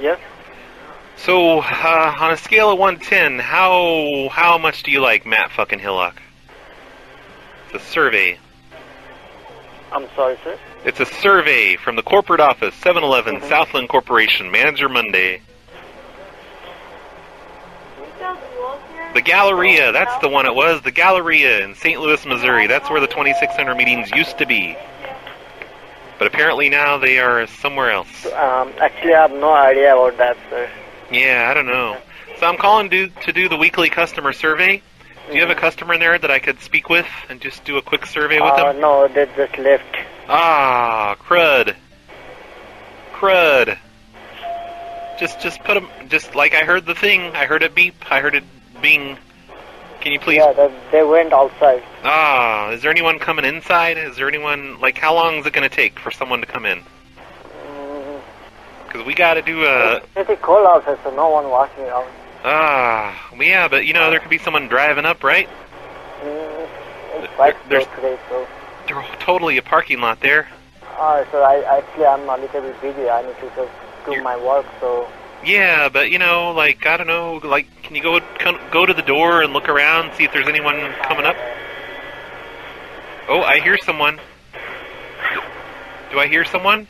Speaker 5: Yes.
Speaker 2: So, uh, on a scale of 1 to 10, how how much do you like Matt fucking Hillock? It's a survey.
Speaker 5: I'm sorry, sir.
Speaker 2: It's a survey from the corporate office, 7-Eleven, Southland Corporation, Manager Monday. The Galleria, that's the one it was. The Galleria in St. Louis, Missouri. That's where the 2600 meetings used to be. But apparently now they are somewhere else.
Speaker 5: Um, actually, I have no idea about that, sir.
Speaker 2: Yeah, I don't know. So I'm calling to, to do the weekly customer survey. Do you have a customer in there that I could speak with and just do a quick survey with
Speaker 5: uh,
Speaker 2: them?
Speaker 5: no, they just left.
Speaker 2: Ah, crud. Crud. Just just put 'em just like I heard the thing. I heard it beep. I heard it bing. Can you please
Speaker 5: Yeah, they, they went outside.
Speaker 2: Ah, is there anyone coming inside? Is there anyone like how long is it going to take for someone to come in? Uh, Cuz we got to do a
Speaker 5: Mm, Pretty cold outside, so no one walking around.
Speaker 2: ah, well, yeah, but you know there could be someone driving up, right?
Speaker 5: Mm, it's quite
Speaker 2: there's-
Speaker 5: slow today, so.
Speaker 2: They're totally a parking lot there.
Speaker 5: Uh, so I actually I'm a little bit busy. I need to just do my work. So
Speaker 2: Yeah, but you know, like I don't know, like can you go come, go to the door and look around, see if there's anyone coming up? Oh, I hear someone. Do I hear someone?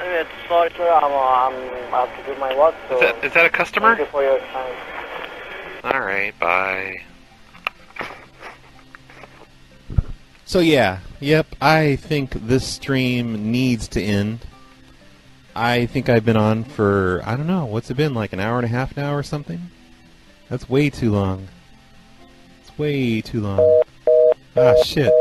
Speaker 5: anyway, sorry, sir. I'm, uh, I'm I have to do my work. So
Speaker 2: Is that is that a customer?
Speaker 5: thank you for your time.
Speaker 2: All right, bye.
Speaker 1: So yeah, yep. I think this stream needs to end. I think I've been on for I don't know what's it been like an hour and a half now or something. That's way too long. It's way too long. Ah shit.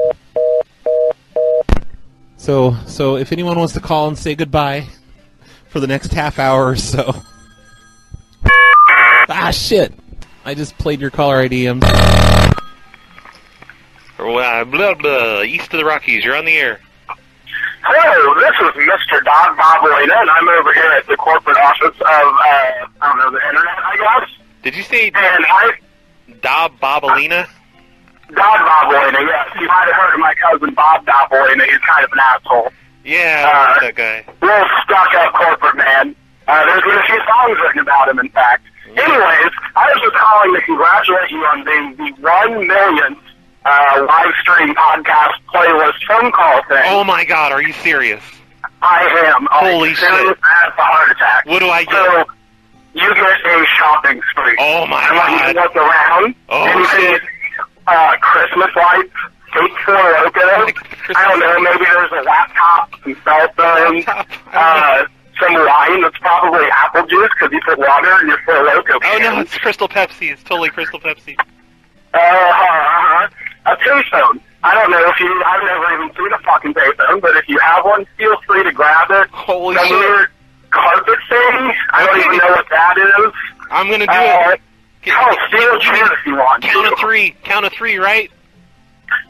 Speaker 1: So so if anyone wants to call and say goodbye for the next half hour or so. Ah shit. I just played your caller ID. I'm
Speaker 2: Blah uh, blah blah. East of the Rockies, you're on the air.
Speaker 9: Hello, this is Mr. Don Bob Lena, and I'm over here at the corporate office of, uh, I don't know, the internet, I guess.
Speaker 2: Did you say
Speaker 9: And I,
Speaker 2: Dob Bobolina?
Speaker 9: Don Bob Lena, yes. You might have heard of my cousin Bob Bob Lena. He's kind of an asshole.
Speaker 2: Yeah, I like that guy.
Speaker 9: Real stuck up corporate man. Uh, there's been a few songs written about him, in fact. Anyways, I was just calling to congratulate you on being the one millionth uh, live stream podcast playlist phone call thing.
Speaker 2: Oh my God, are you serious?
Speaker 9: I am.
Speaker 2: Holy shit.
Speaker 9: I have a heart attack.
Speaker 2: What do I get?
Speaker 9: So, you get a shopping spree.
Speaker 2: Oh my
Speaker 9: god. look around.
Speaker 2: Oh
Speaker 9: anything,
Speaker 2: shit.
Speaker 9: Uh, Christmas lights, cake for locos. I don't know, maybe there's a laptop, some cell phones, uh, some wine that's probably apple juice because you put water in your four loco.
Speaker 2: Oh no, it's Crystal Pepsi. It's totally Crystal Pepsi.
Speaker 9: Uh huh. Uh, A tombstone. I don't know if you. I've never even seen a fucking tombstone, but if you have one, feel free to grab it. Holy Some
Speaker 2: shit.
Speaker 9: weird carpet thing. I don't even know what that is.
Speaker 2: I'm gonna do
Speaker 9: uh,
Speaker 2: it.
Speaker 9: Oh, steal a chair if you want.
Speaker 2: Count
Speaker 9: to.
Speaker 2: of three. Count of three, right?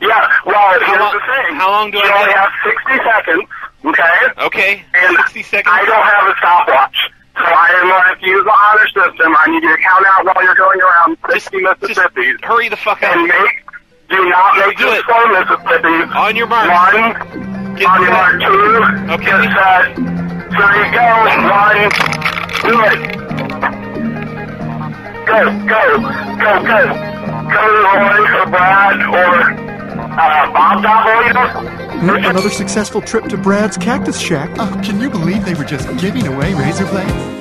Speaker 9: Yeah. Well, here's
Speaker 2: how long,
Speaker 9: the thing.
Speaker 2: How long do
Speaker 9: you
Speaker 2: I
Speaker 9: only
Speaker 2: get?
Speaker 9: have 60 seconds, okay?
Speaker 2: Okay.
Speaker 9: And
Speaker 2: 60 seconds.
Speaker 9: I don't have a stopwatch. So I didn't want to have to use the honor system. I need you to count out while you're going around 60 Mississippi.
Speaker 2: Hurry the fuck
Speaker 9: up. And make, do not make do it slow Mississippi. On your mark. One. on your mark. Two. Okay. Get set. Three. Go. One. Do it. Go. Go. Go. Go. Go to Roy or Brad or uh, Bob Davolio.
Speaker 13: Yep, Another successful trip to Brad's Cactus Shack. Oh, can you believe they were just giving away razor blades?